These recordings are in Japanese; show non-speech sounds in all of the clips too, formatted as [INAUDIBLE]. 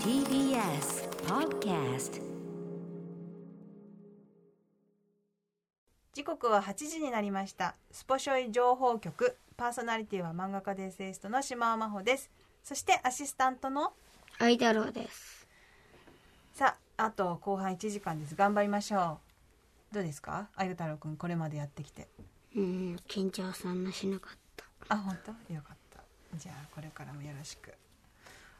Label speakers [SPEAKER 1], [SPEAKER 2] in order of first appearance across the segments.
[SPEAKER 1] TBS Podcast
[SPEAKER 2] 時刻は8時になりましたスポショイ情報局パーソナリティは漫画家でエッセイストの島尾真帆ですそしてアシスタントの
[SPEAKER 3] アイダローです。
[SPEAKER 2] さああと後半1時間です頑張りましょうどうですかあゆ太郎くんこれまでやってきて
[SPEAKER 3] うん、緊張さんなしなかった。
[SPEAKER 2] あ本当よかったじゃあこれからもよろしく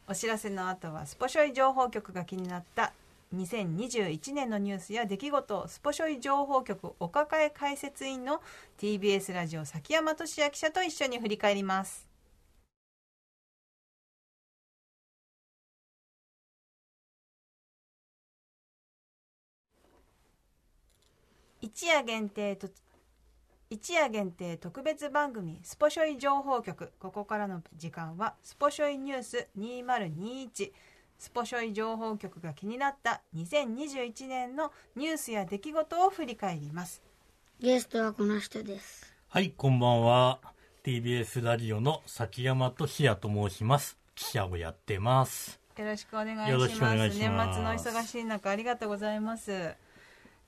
[SPEAKER 2] お知らせの後はスポショイ情報局が気になった2021年のニュースや出来事をスポショイ情報局お抱え解説委員の TBS ラジオ崎山俊也記者と一緒に振り返ります一夜限定と一夜限定特別番組スポショイ情報局ここからの時間はスポショイニュース2021スポショイ情報局が気になった2021年のニュースや出来事を振り返ります
[SPEAKER 3] ゲストはこの人です。
[SPEAKER 4] はい、こんばんは。TBS ラジオの崎山俊也と申します。記者をやってます。
[SPEAKER 2] よろしくお願いし
[SPEAKER 4] よ
[SPEAKER 2] ま
[SPEAKER 4] ろ
[SPEAKER 2] す
[SPEAKER 4] しくお願いし
[SPEAKER 2] 年
[SPEAKER 4] ま
[SPEAKER 2] 末の
[SPEAKER 4] す
[SPEAKER 2] 忙しい中ありがとうございます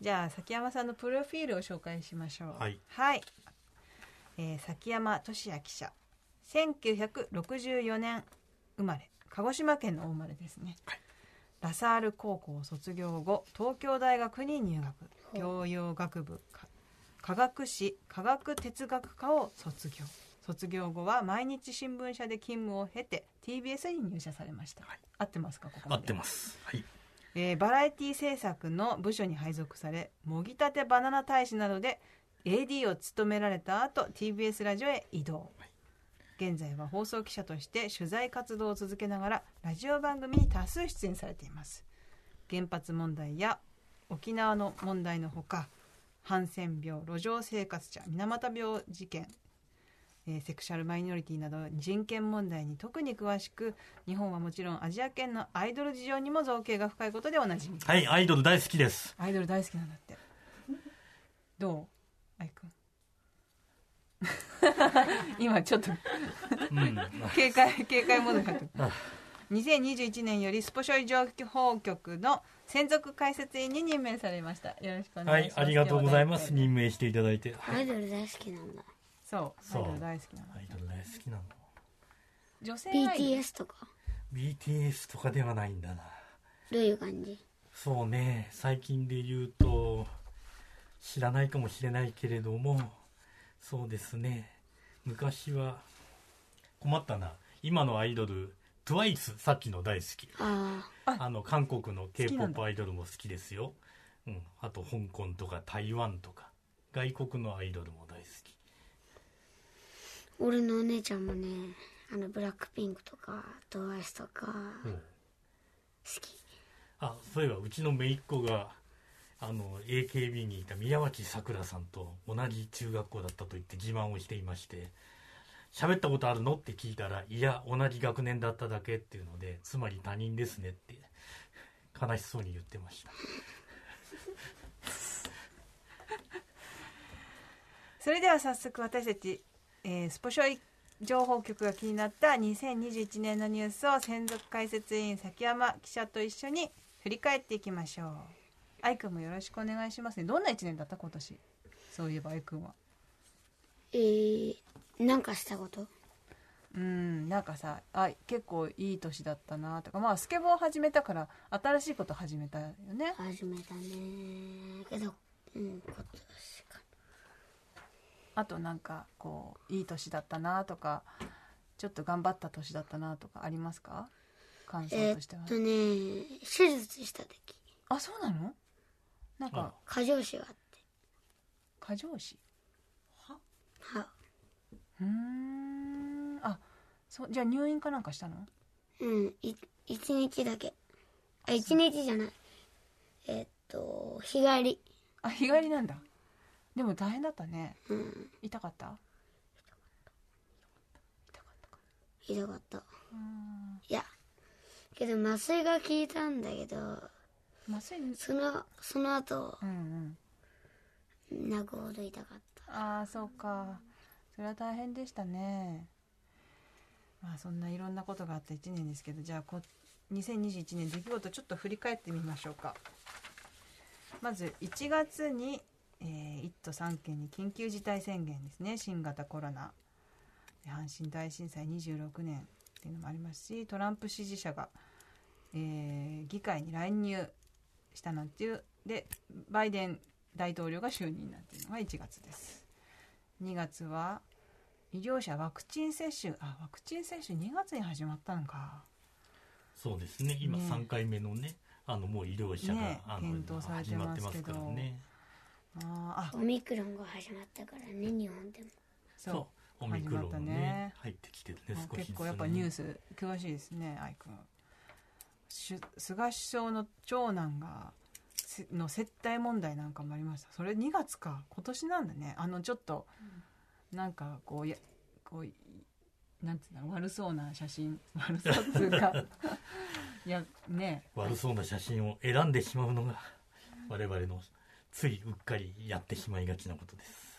[SPEAKER 2] じゃあ崎山さんのプロフィールを紹介しましょう
[SPEAKER 4] はい、
[SPEAKER 2] えー崎山俊也記者1964年生まれ鹿児島県の大生まれですね、ラサール高校を卒業後東京大学に入学教養学部か科学史科学哲学科を卒業卒業後は毎日新聞社で勤務を経て TBS に入社されました、合ってますかここ
[SPEAKER 4] 合
[SPEAKER 2] まで
[SPEAKER 4] ってます。はい。
[SPEAKER 2] えーバラエティ制作の部署に配属され「もぎたてバナナ大使」などで AD を務められた後 TBS ラジオへ移動現在は放送記者として取材活動を続けながらラジオ番組に多数出演されています原発問題や沖縄の問題のほかハンセン病路上生活者水俣病事件えーセクシャルマイノリティなど人権問題に特に詳しく日本はもちろんアジア圏のアイドル事情にも造形が深いことでおなじみ
[SPEAKER 4] はい、アイドル大好きです。
[SPEAKER 2] アイドル大好きなんだってどうアイくん [LAUGHS] 今ちょっと
[SPEAKER 4] [LAUGHS] うん。
[SPEAKER 2] 警戒 [LAUGHS] 警戒モードに入ってる2021年よりスポショイ情報局の専属解説員に任命されましたよろしくお
[SPEAKER 4] は
[SPEAKER 2] 願いし
[SPEAKER 4] い
[SPEAKER 2] ま、す
[SPEAKER 4] ありがとうございます。
[SPEAKER 2] 今日は
[SPEAKER 4] 任命していただいて。
[SPEAKER 3] アイドル大好きなんだ。
[SPEAKER 2] そうア
[SPEAKER 4] そ
[SPEAKER 2] イ
[SPEAKER 4] う
[SPEAKER 2] ドル大好きなの
[SPEAKER 4] アイドル大好きなの。
[SPEAKER 2] 女性アイドル
[SPEAKER 3] BTS とか、
[SPEAKER 4] BTS とかではないんだな。
[SPEAKER 3] どういう感じ
[SPEAKER 4] そうね、最近で言うと、知らないかもしれないけれども、そうですね、昔は、困ったな。今のアイドル、TWICE、さっきの大好き。
[SPEAKER 3] あ
[SPEAKER 4] あの韓国の
[SPEAKER 2] きなんだ
[SPEAKER 4] K-POP アイドルも好きですよ。うん、あと香港とか台湾とか外国のアイドルも大好き。
[SPEAKER 3] あ、俺のお姉ちゃんもね、あの、ブラックピンクとか、トワイスとか、
[SPEAKER 4] う
[SPEAKER 3] 好
[SPEAKER 4] ん
[SPEAKER 3] き。
[SPEAKER 4] あ、そういえばうちの姪っ子があの AKB にいた宮脇さくらさんと同じ中学校だったと言って自慢をしていまして。喋ったことあるのって聞いたら、いや、同じ学年だっただけっていうので、つまり他人ですねって、悲しそうに言ってました。
[SPEAKER 2] それでは早速私たち、えースポショイ情報局が気になった2021年のニュースを専属解説委員崎山記者と一緒に振り返っていきましょう愛くんもよろしくお願いしますねどんな一年だった今年そういえば愛くんは
[SPEAKER 3] えー、なんかしたこと
[SPEAKER 2] うんなんかさあ結構いい年だったなとかまあスケボー始めたから新しいこと始めたよね
[SPEAKER 3] 始めたねけど、うん、今年か。
[SPEAKER 2] あとなんかこういい年だったなとかちょっと頑張った年だったなとかありますか感
[SPEAKER 3] え
[SPEAKER 2] 想として
[SPEAKER 3] ー
[SPEAKER 2] は、
[SPEAKER 3] っとね、手術した時、
[SPEAKER 2] あそうなのなん
[SPEAKER 4] あら
[SPEAKER 2] か
[SPEAKER 3] 過剰死があって、
[SPEAKER 2] 過剰死
[SPEAKER 3] は、
[SPEAKER 2] うーんあそうじゃあ入院かなんかしたの
[SPEAKER 3] うん、い一日だけ。あ、一日じゃない。えーっと、日帰り。
[SPEAKER 2] あ日帰りなんだでも大変だったね
[SPEAKER 3] うん、
[SPEAKER 2] 痛かった痛かったか
[SPEAKER 3] ひどかった。
[SPEAKER 2] うー
[SPEAKER 3] いや、けど麻酔が効いたんだけど、
[SPEAKER 2] ん麻酔
[SPEAKER 3] その、その後
[SPEAKER 2] う、んうん
[SPEAKER 3] 泣くほど痛かった。
[SPEAKER 2] ああそうかそれは大変でしたねまあそんないろんなことがあった1年ですけどじゃあこ2021年出来事ちょっと振り返ってみましょうかまず1月に、えー1都3県に緊急事態宣言ですね新型コロナで阪神大震災26年っていうのもありますしトランプ支持者が、えー議会に乱入したなんていうでバイデン大統領が就任なんていうのが1月です2月は医療者ワクチン接種あワクチン接種2月に始まったのか
[SPEAKER 4] そうですね今
[SPEAKER 2] ね
[SPEAKER 4] 3回目のねあのもう医療者が、
[SPEAKER 2] ね
[SPEAKER 4] あ
[SPEAKER 2] 検
[SPEAKER 4] の
[SPEAKER 2] 討され
[SPEAKER 4] 始
[SPEAKER 2] て
[SPEAKER 4] まっ
[SPEAKER 2] ま
[SPEAKER 4] て
[SPEAKER 2] す
[SPEAKER 4] ま
[SPEAKER 2] け
[SPEAKER 4] す
[SPEAKER 2] ど
[SPEAKER 4] からね
[SPEAKER 2] あーあ
[SPEAKER 3] オミクロンが始まったからね日本でも
[SPEAKER 2] そう
[SPEAKER 4] そうオミクロンも
[SPEAKER 2] 始まった
[SPEAKER 4] ね
[SPEAKER 2] ね
[SPEAKER 4] 入ってきてるね
[SPEAKER 2] あ
[SPEAKER 4] 少しずつね
[SPEAKER 2] 結構やっぱニュース詳しいですね愛くんしゅ菅首相の長男がせの接待問題なんかもありましたそれ2月か今年なんだねあのちょっと、なんかこうやこういなんていうんだろう悪そうな写真悪そうっていう
[SPEAKER 4] [LAUGHS]
[SPEAKER 2] かいやね
[SPEAKER 4] 悪そうな写真を選んでしまうのが [LAUGHS] 我々のついうっかりやってしまいがちなことです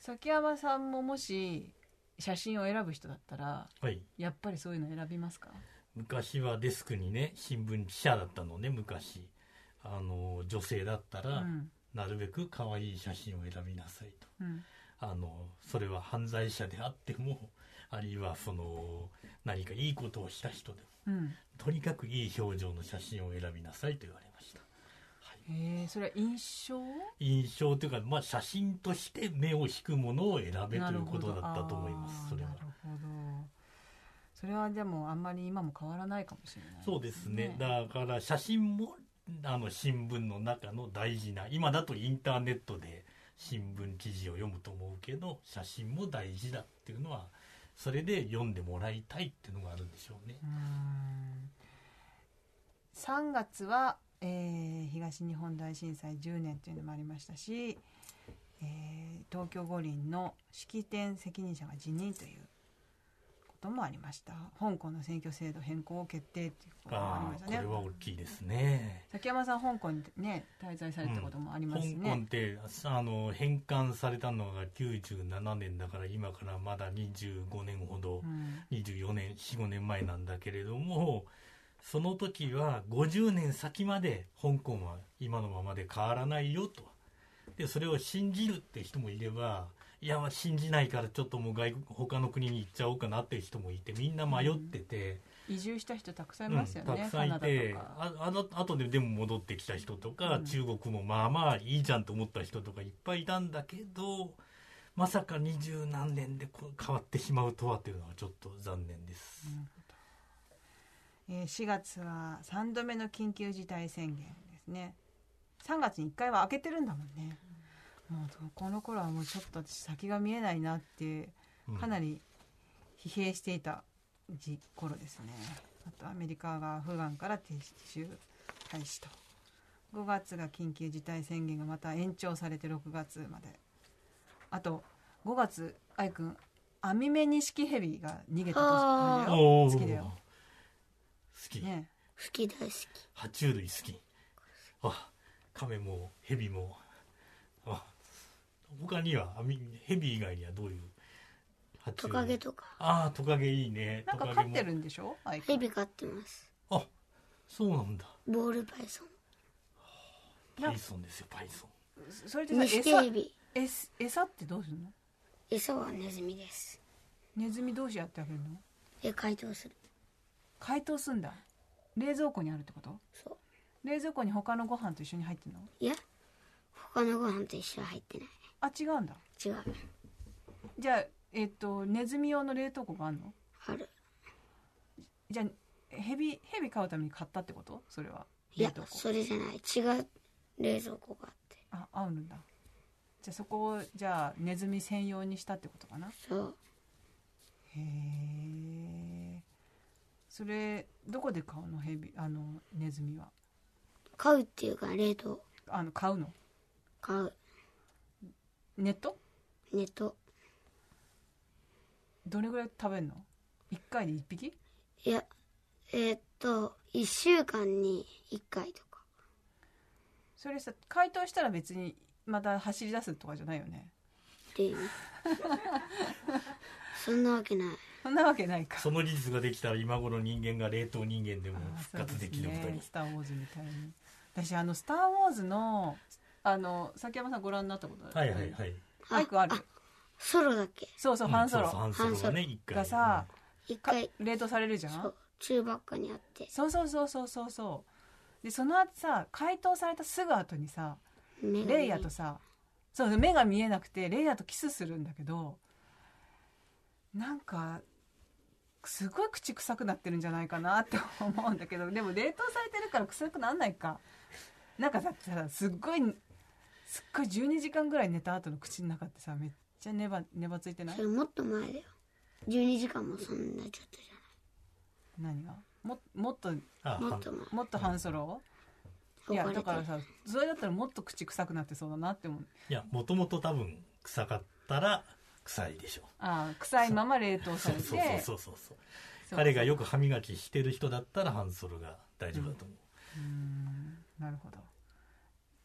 [SPEAKER 2] 崎山さんももし写真を選ぶ人だったら
[SPEAKER 4] はい
[SPEAKER 2] やっぱりそういうの選びますか
[SPEAKER 4] 昔はデスクにね新聞記者だったのね昔あの女性だった
[SPEAKER 2] う
[SPEAKER 4] ら、
[SPEAKER 2] ん、
[SPEAKER 4] なるべく可愛い写真を選びなさいと
[SPEAKER 2] うん、
[SPEAKER 4] あのそれは犯罪者であっても [LAUGHS] あるいはその何かいいことをした人でも
[SPEAKER 2] うん
[SPEAKER 4] とにかくいい表情の写真を選びなさいと言われました、はい、
[SPEAKER 2] へえそれは印象
[SPEAKER 4] 印象というか、まあ、写真として目を引くものを選べと
[SPEAKER 2] ないる
[SPEAKER 4] う
[SPEAKER 2] ほ
[SPEAKER 4] こ
[SPEAKER 2] ど
[SPEAKER 4] とだったと思いま
[SPEAKER 2] あー
[SPEAKER 4] すそれは
[SPEAKER 2] なるほどそれはでもあんまり今も変わらないかもしれない
[SPEAKER 4] そうですねだから写真もあの新聞の中の大事な今だとインターネットで新聞記事を読むと思うけど写真も大事だっていうのはそれで読んでもらいたいっていうのがあるんでしょうね
[SPEAKER 2] うーん3月は、えー東日本大震災10年というのもありましたし、えー東京五輪の式典責任者が辞任ということもありました香港の選挙制度変更を決定ということもあり
[SPEAKER 4] あ
[SPEAKER 2] まし
[SPEAKER 4] あ
[SPEAKER 2] た
[SPEAKER 4] これ
[SPEAKER 2] ね
[SPEAKER 4] は大きいですね
[SPEAKER 2] 崎山さん香港にね滞在されたこともあり
[SPEAKER 4] 香
[SPEAKER 2] ますね、
[SPEAKER 4] 港ってあの返還されたのが97年だから今からまだ25年ほど、
[SPEAKER 2] うん
[SPEAKER 4] 24年45年前なんだけれどもその時は50年先まで香港は今のままで変わらないよとでそれを信じるって人もいればいやまあ信じないからちょっともう外国他の国に行っちゃおうかなっていう人もいてみんな迷ってて、
[SPEAKER 2] 移住した人たくさんい
[SPEAKER 4] うん
[SPEAKER 2] ますよね、
[SPEAKER 4] たくさんいて
[SPEAKER 2] カナダとか
[SPEAKER 4] ああのあとででも戻ってきた人とか、
[SPEAKER 2] うん
[SPEAKER 4] 中国もまあまあいいじゃんと思った人とかいっぱいいたんだけどまさか二十何年でこう変わってしまうとはというのはちょっと残念です。
[SPEAKER 2] えー4月は3度目の緊急事態宣言ですね3月に1回は開けてるんだもんね、もうこの頃はもうちょっと私先が見えないなってかな
[SPEAKER 4] り、
[SPEAKER 2] り疲弊していた時頃ですねあとアメリカが普段から撤収開始と5月が緊急事態宣言がまた延長されて6月まであと5月愛くんアミメニシキヘビが逃げた
[SPEAKER 3] あー
[SPEAKER 2] 年だよ
[SPEAKER 4] おー
[SPEAKER 2] 好きだよ
[SPEAKER 4] 好き、
[SPEAKER 2] ね
[SPEAKER 3] 好き大好き
[SPEAKER 4] 爬虫類好きあカメもヘビもあ他にはあみヘビ以外にはどういう爬虫
[SPEAKER 3] ト
[SPEAKER 4] 類
[SPEAKER 3] カゲとか
[SPEAKER 4] ああトカゲいいね
[SPEAKER 2] なんか
[SPEAKER 4] トカ
[SPEAKER 2] 飼
[SPEAKER 4] ゲ
[SPEAKER 2] っ
[SPEAKER 4] も
[SPEAKER 2] てるんでしょ愛く
[SPEAKER 3] ヘ
[SPEAKER 2] ん
[SPEAKER 3] ビ飼ってます
[SPEAKER 4] あそうなんだ
[SPEAKER 3] ボールパイソン
[SPEAKER 2] な
[SPEAKER 4] パイソンですよパイソン
[SPEAKER 2] それってさ
[SPEAKER 3] ニシキ
[SPEAKER 2] 餌
[SPEAKER 3] ヘビ
[SPEAKER 2] 餌餌ってどうするの
[SPEAKER 3] 餌はネズミです
[SPEAKER 2] ネズミ同士やってあげるの
[SPEAKER 3] で解凍する
[SPEAKER 2] 解凍すんだ冷蔵庫にあるってこと
[SPEAKER 3] そう
[SPEAKER 2] 冷蔵庫に他のご飯と一緒に入ってんの
[SPEAKER 3] いや他のご飯と一緒は入ってない
[SPEAKER 2] あ違うんだ
[SPEAKER 3] 違う
[SPEAKER 2] じゃあえっ、とネズミ用の冷凍庫があるの
[SPEAKER 3] ある
[SPEAKER 2] じゃあヘビヘビ飼うために買ったってことそれはい冷
[SPEAKER 3] や
[SPEAKER 2] 凍庫
[SPEAKER 3] それじゃない違う冷蔵庫があって
[SPEAKER 2] あ合うんだじゃあそこをじゃあネズミ専用にしたってことかな
[SPEAKER 3] そう
[SPEAKER 2] へえそれどこで買うのヘビあのネズミは
[SPEAKER 3] 買うっていうか冷凍
[SPEAKER 2] あの買うの
[SPEAKER 3] 買う
[SPEAKER 2] ネット
[SPEAKER 3] ネット
[SPEAKER 2] どれぐらい食べるの1回で1匹
[SPEAKER 3] いやえーっと1週間に1回とか
[SPEAKER 2] それさ解凍したら別にまた走 [LAUGHS] り出すとかじゃないよね
[SPEAKER 3] っていうそんなわけない
[SPEAKER 2] そんなわけないか
[SPEAKER 4] その技術ができたら今頃人間が冷凍人間でも
[SPEAKER 2] あー
[SPEAKER 4] 復活できる
[SPEAKER 2] そうす
[SPEAKER 4] 二人、
[SPEAKER 2] ねスター・ウォーズみたいに私あの「スター・ウォーズの」あの崎山さんご覧になったことある
[SPEAKER 4] はいはいはい
[SPEAKER 2] マイクある
[SPEAKER 3] ソロだっけ
[SPEAKER 2] そうそう、
[SPEAKER 4] うん
[SPEAKER 2] ハンソロ
[SPEAKER 4] そうそうハンソロがね一回
[SPEAKER 2] がさ、
[SPEAKER 3] 一
[SPEAKER 2] か
[SPEAKER 3] 回、
[SPEAKER 2] 冷凍されるじゃ
[SPEAKER 3] そ
[SPEAKER 2] ん
[SPEAKER 3] う、中ばっかにあって、
[SPEAKER 2] そうそうそうそうそうそうでその後さ解凍されたすぐ後にさ
[SPEAKER 3] 目が
[SPEAKER 2] レイヤとさそう目が見えなくてレイヤとキスするんだけどなんかすごい口臭くなってるんじゃないかなって思うんだけどでも冷凍されてるから臭くなんないかなんかだってさすっごいすっごい12時間ぐらい寝た後の口の中ってさめっちゃネバネバついてない
[SPEAKER 3] それもっと前だよ。12時間もそんなちょっとじ
[SPEAKER 2] 何がももっと
[SPEAKER 4] あ
[SPEAKER 3] ゃない。も
[SPEAKER 4] は
[SPEAKER 3] っ
[SPEAKER 4] ん
[SPEAKER 3] と前。
[SPEAKER 2] もっと半ソロいやだからさそれだったらもっと口臭くなってそうだなって思う
[SPEAKER 4] いやもともと多分臭かったら臭いでしょ
[SPEAKER 2] ああ臭いまま冷凍さ
[SPEAKER 4] そう
[SPEAKER 2] れて
[SPEAKER 4] そうそうそうそうそう
[SPEAKER 2] そう
[SPEAKER 4] 彼がよく歯磨きしてる人だったらハンソロが大丈夫だと思う、
[SPEAKER 2] うーんなるほど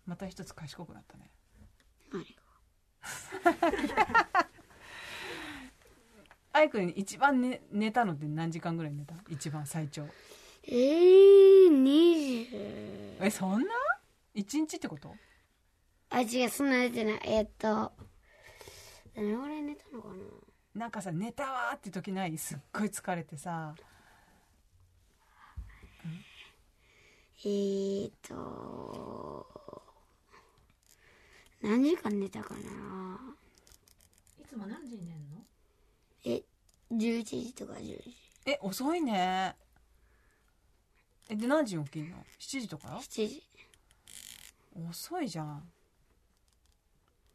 [SPEAKER 2] また一つ賢くなったね
[SPEAKER 3] はい
[SPEAKER 2] アイくん一番、ね、寝たのって何時間ぐらい寝た一番最長
[SPEAKER 3] えー、20。
[SPEAKER 2] えそんな一日ってこと
[SPEAKER 3] あ、違う、そんな出てない。えーっと、どれぐらい寝たのかな
[SPEAKER 2] なんかさ寝たわーって時ないすっごい疲れてさ
[SPEAKER 3] えーっと、何時間寝たかない
[SPEAKER 5] つも何時に寝るの
[SPEAKER 3] え、11時とか10時。
[SPEAKER 2] え遅いねえで何時に起きんの7時とか
[SPEAKER 3] 7時。
[SPEAKER 2] 遅いじゃん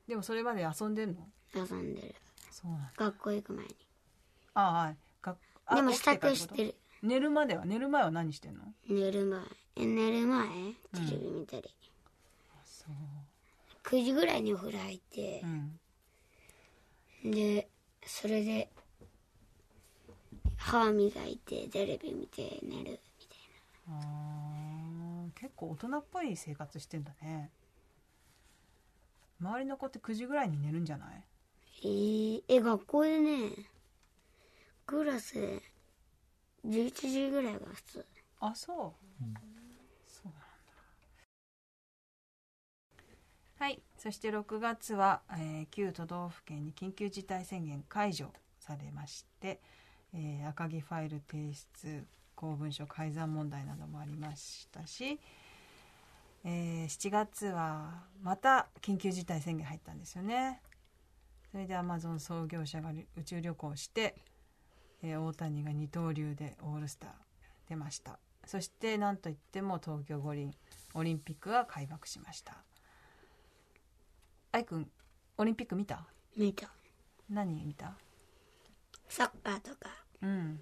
[SPEAKER 2] でもそれまで遊んでんの
[SPEAKER 3] 遊んでる。
[SPEAKER 2] そうなんだ
[SPEAKER 3] 学校行く前に。
[SPEAKER 2] ああはいがあ
[SPEAKER 3] でも、
[SPEAKER 2] 起
[SPEAKER 3] 支
[SPEAKER 2] きから
[SPEAKER 3] 度
[SPEAKER 2] こ
[SPEAKER 3] し
[SPEAKER 2] と
[SPEAKER 3] てる。
[SPEAKER 2] 寝るまでは寝る前は何してんの
[SPEAKER 3] 寝る前。え、寝る前テレビ見たり。
[SPEAKER 2] そう
[SPEAKER 3] 9時ぐらいにお風呂入って
[SPEAKER 2] う、ん
[SPEAKER 3] で、それで、歯磨いて、テレビ見て寝る。
[SPEAKER 2] あー結構大人っぽい生活してんだね周りの子って9時ぐらいに寝るんじゃない
[SPEAKER 3] えーえ、学校でね、クラスで、11時ぐらいが普通。
[SPEAKER 2] あそう、
[SPEAKER 4] うん
[SPEAKER 2] そうなんだはいそして6月は、えー旧都道府県に緊急事態宣言解除されまして、えー赤木ファイル提出公文書改ざん問題などもありましたし、えー7月はまた緊急事態宣言入ったんですよねそれでアマゾン創業者がり宇宙旅行して、えー大谷が二刀流でオールスター出ましたそしてなんといっても東京五輪オリンピックが開幕しました愛くんオリンピック見た
[SPEAKER 3] 見た。
[SPEAKER 2] 何見た
[SPEAKER 3] サッカーとか、
[SPEAKER 2] うん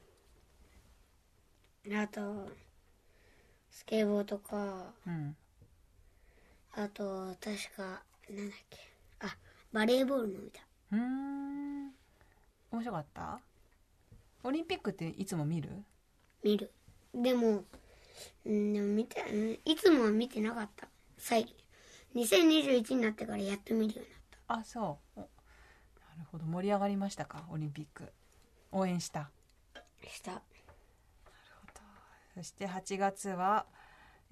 [SPEAKER 3] あと、スケボーとか、
[SPEAKER 2] うん
[SPEAKER 3] あと、確か、なんだっけ。あ、バレーボールの見た。
[SPEAKER 2] うーん面白かったオリンピックっていつも見る
[SPEAKER 3] 見る。でも、うん、でも見て、うんいつもは見てなかった。最近。2021になってからやっと見るようになった。
[SPEAKER 2] あそうおなるほど盛り上がりましたかオリンピック応援した
[SPEAKER 3] した。
[SPEAKER 2] そして8月は、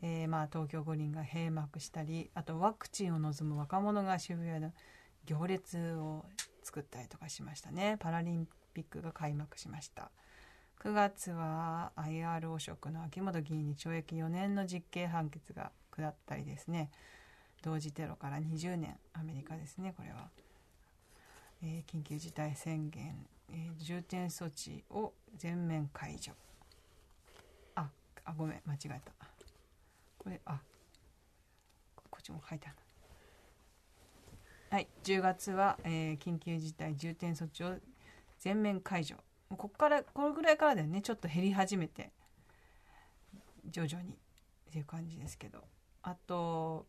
[SPEAKER 2] えーまあ、東京五輪が閉幕したりあとワクチンを望む若者が渋谷の行列を作ったりとかしましたねパラリンピックが開幕しました9月は IR 汚職の秋元議員に懲役4年の実刑判決が下ったりですね同時テロから20年アメリカですねこれは、えー緊急事態宣言、えー重点措置を全面解除ああごめん間違えたこれあこっちも書いてあるはい10月は、えー緊急事態重点措置を全面解除もうここからこれぐらいからだよねちょっと減り始めて徐々にっていう感じですけどあと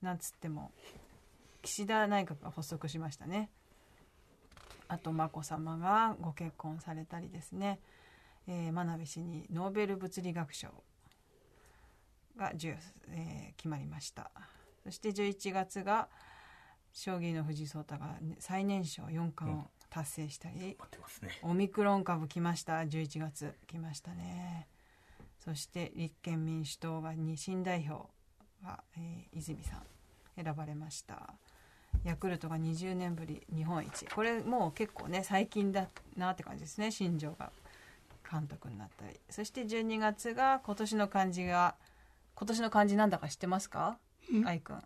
[SPEAKER 2] なんつっても岸田内閣が発足しましたねあと眞子さまがご結婚されたりですねえー真鍋氏にノーベル物理学賞が授与す、えー決まりましたそして11月が将棋の藤井聡太がね最年少四冠を達成したり
[SPEAKER 4] 待ってますね
[SPEAKER 2] オミクロン株来ました11月来ましたねそして立憲民主党が2新代表が、えー泉さん選ばれましたヤクルトが20年ぶり日本一これもう結構ね最近だなって感じですね新庄が監督になったりそして12月が今年の漢字が今年の漢字なんだか知ってますか
[SPEAKER 3] うん
[SPEAKER 2] 愛くん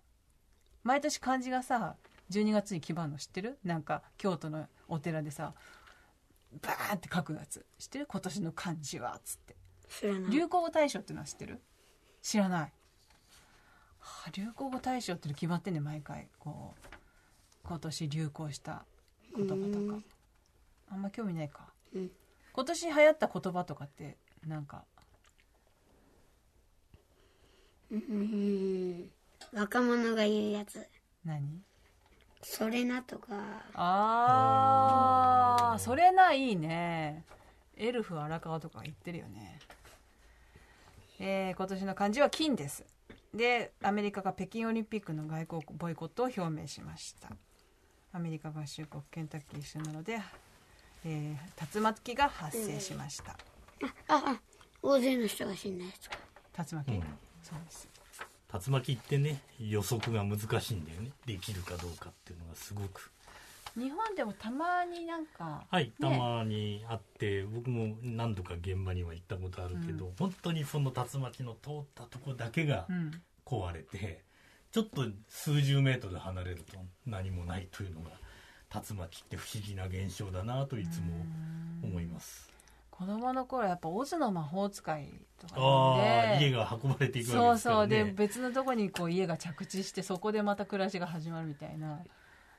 [SPEAKER 2] 毎年漢字がさ12月に決まるの知ってるなんか京都のお寺でさバーンって書くやつ知ってる今年の漢字はつって
[SPEAKER 3] 知らない
[SPEAKER 2] 流行語大賞っていうのは知ってる知らない、はあ、流行語大賞っていうの決まってんね毎回こう今年流行した言葉
[SPEAKER 3] う
[SPEAKER 2] とか
[SPEAKER 3] ん
[SPEAKER 2] あんま興味ないか、
[SPEAKER 3] うん
[SPEAKER 2] 今年流行った言葉とかってなんか
[SPEAKER 3] うん若者が言うやつ
[SPEAKER 2] 何
[SPEAKER 3] それなとか
[SPEAKER 2] あー
[SPEAKER 4] あー
[SPEAKER 2] それないいねエルフ荒川とか言ってるよねえー今年の漢字は金ですでアメリカが北京オリンピックの外交ボイコットを表明しましたアメリカ合衆国ケンタッキー州などで、えー、竜巻が発生しました、
[SPEAKER 3] ああ大勢の人が死んだやつか
[SPEAKER 2] 竜巻、
[SPEAKER 4] うん
[SPEAKER 2] そうです
[SPEAKER 4] 竜巻ってね予測が難しいんだよねできるかどうかっていうのがすごく
[SPEAKER 2] 日本でもたまになんか
[SPEAKER 4] はいた
[SPEAKER 2] ね
[SPEAKER 4] まにあって、僕も何度か現場には行ったことあるけど、本当にその竜巻の通ったとこだけが
[SPEAKER 2] うん
[SPEAKER 4] 壊れて、ちょっと数十メートル離れると何もないというのが竜巻って不思議な現象だなといつも思います、
[SPEAKER 2] 子供の頃やっぱオズの魔法使いとか
[SPEAKER 4] あ
[SPEAKER 2] 読ん
[SPEAKER 4] あ
[SPEAKER 2] で
[SPEAKER 4] 家が運ばれていく
[SPEAKER 2] そ
[SPEAKER 4] わけ
[SPEAKER 2] う
[SPEAKER 4] ですからね
[SPEAKER 2] そうで別のとこにこう家が着地してそこでまた暮らしが始まるみたいな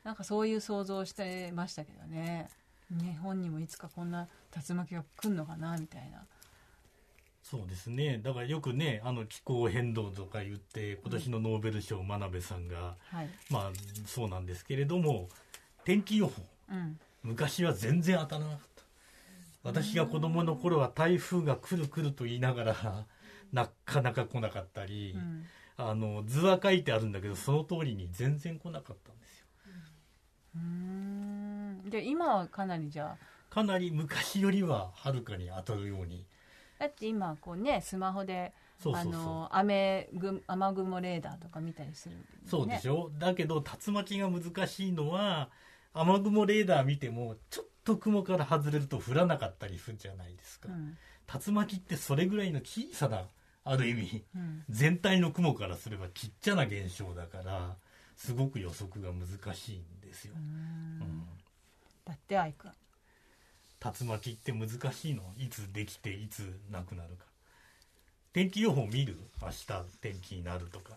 [SPEAKER 2] なんかそういう想像をしてましたけどね日本にもいつかこんな竜巻が来るのかなみたいな
[SPEAKER 4] そうですねだからよくねあの気候変動とか言って今年のノーベル賞真鍋さんが、
[SPEAKER 2] はい、
[SPEAKER 4] まあそうなんですけれども天気予報
[SPEAKER 2] うん、
[SPEAKER 4] 昔は全然当たらなかった私が子供の頃は台風が来る来ると言いながら [LAUGHS] なかなか来なかったり、
[SPEAKER 2] うん
[SPEAKER 4] あの図は書いてあるんだけどその通りに全然来なかったんですよ
[SPEAKER 2] うーんで今はかなりじゃあ
[SPEAKER 4] かなり昔よりははるかに当たるように
[SPEAKER 2] だって今こうねスマホで
[SPEAKER 4] そうそうそう
[SPEAKER 2] あの雨雲雨雲レーダーとか見たりする、ね、
[SPEAKER 4] そうでしょ、だけど竜巻が難しいのは雨雲レーダー見てもちょっと雲から外れると降らなかったりするじゃないですか、
[SPEAKER 2] うん
[SPEAKER 4] 竜巻ってそれぐらいの小さなある意味 [LAUGHS]
[SPEAKER 2] うん
[SPEAKER 4] 全体の雲からすればちっちゃな現象だからすごく予測が難しいんですよ、
[SPEAKER 2] うーん
[SPEAKER 4] うん
[SPEAKER 2] だって愛くん
[SPEAKER 4] 竜巻って難しいのいつできていつなくなるか天気予報見る明日天気になるとか、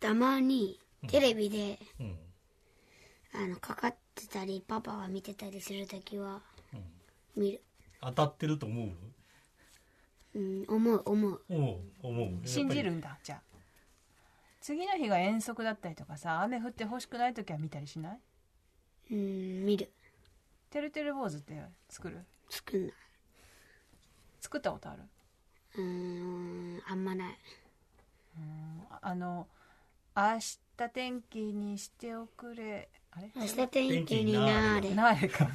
[SPEAKER 3] たまにテレビで、
[SPEAKER 4] うん
[SPEAKER 3] あのかかってたりパパが見てたりするときは
[SPEAKER 4] うん、
[SPEAKER 3] 見る、
[SPEAKER 4] 当たってると思う
[SPEAKER 3] うん、思う思う
[SPEAKER 4] 思う思うやっぱり
[SPEAKER 2] 信じるんだじゃあ次の日が遠足だったりとかさ雨降ってほしくない時は見たりしない
[SPEAKER 3] うん見る
[SPEAKER 2] てるてる坊主って作る
[SPEAKER 3] 作んない
[SPEAKER 2] 作ったことある
[SPEAKER 3] うんあんまない
[SPEAKER 2] うんああの「明日天気にしておくれ」あれ
[SPEAKER 3] 明日天気になれ
[SPEAKER 2] なれか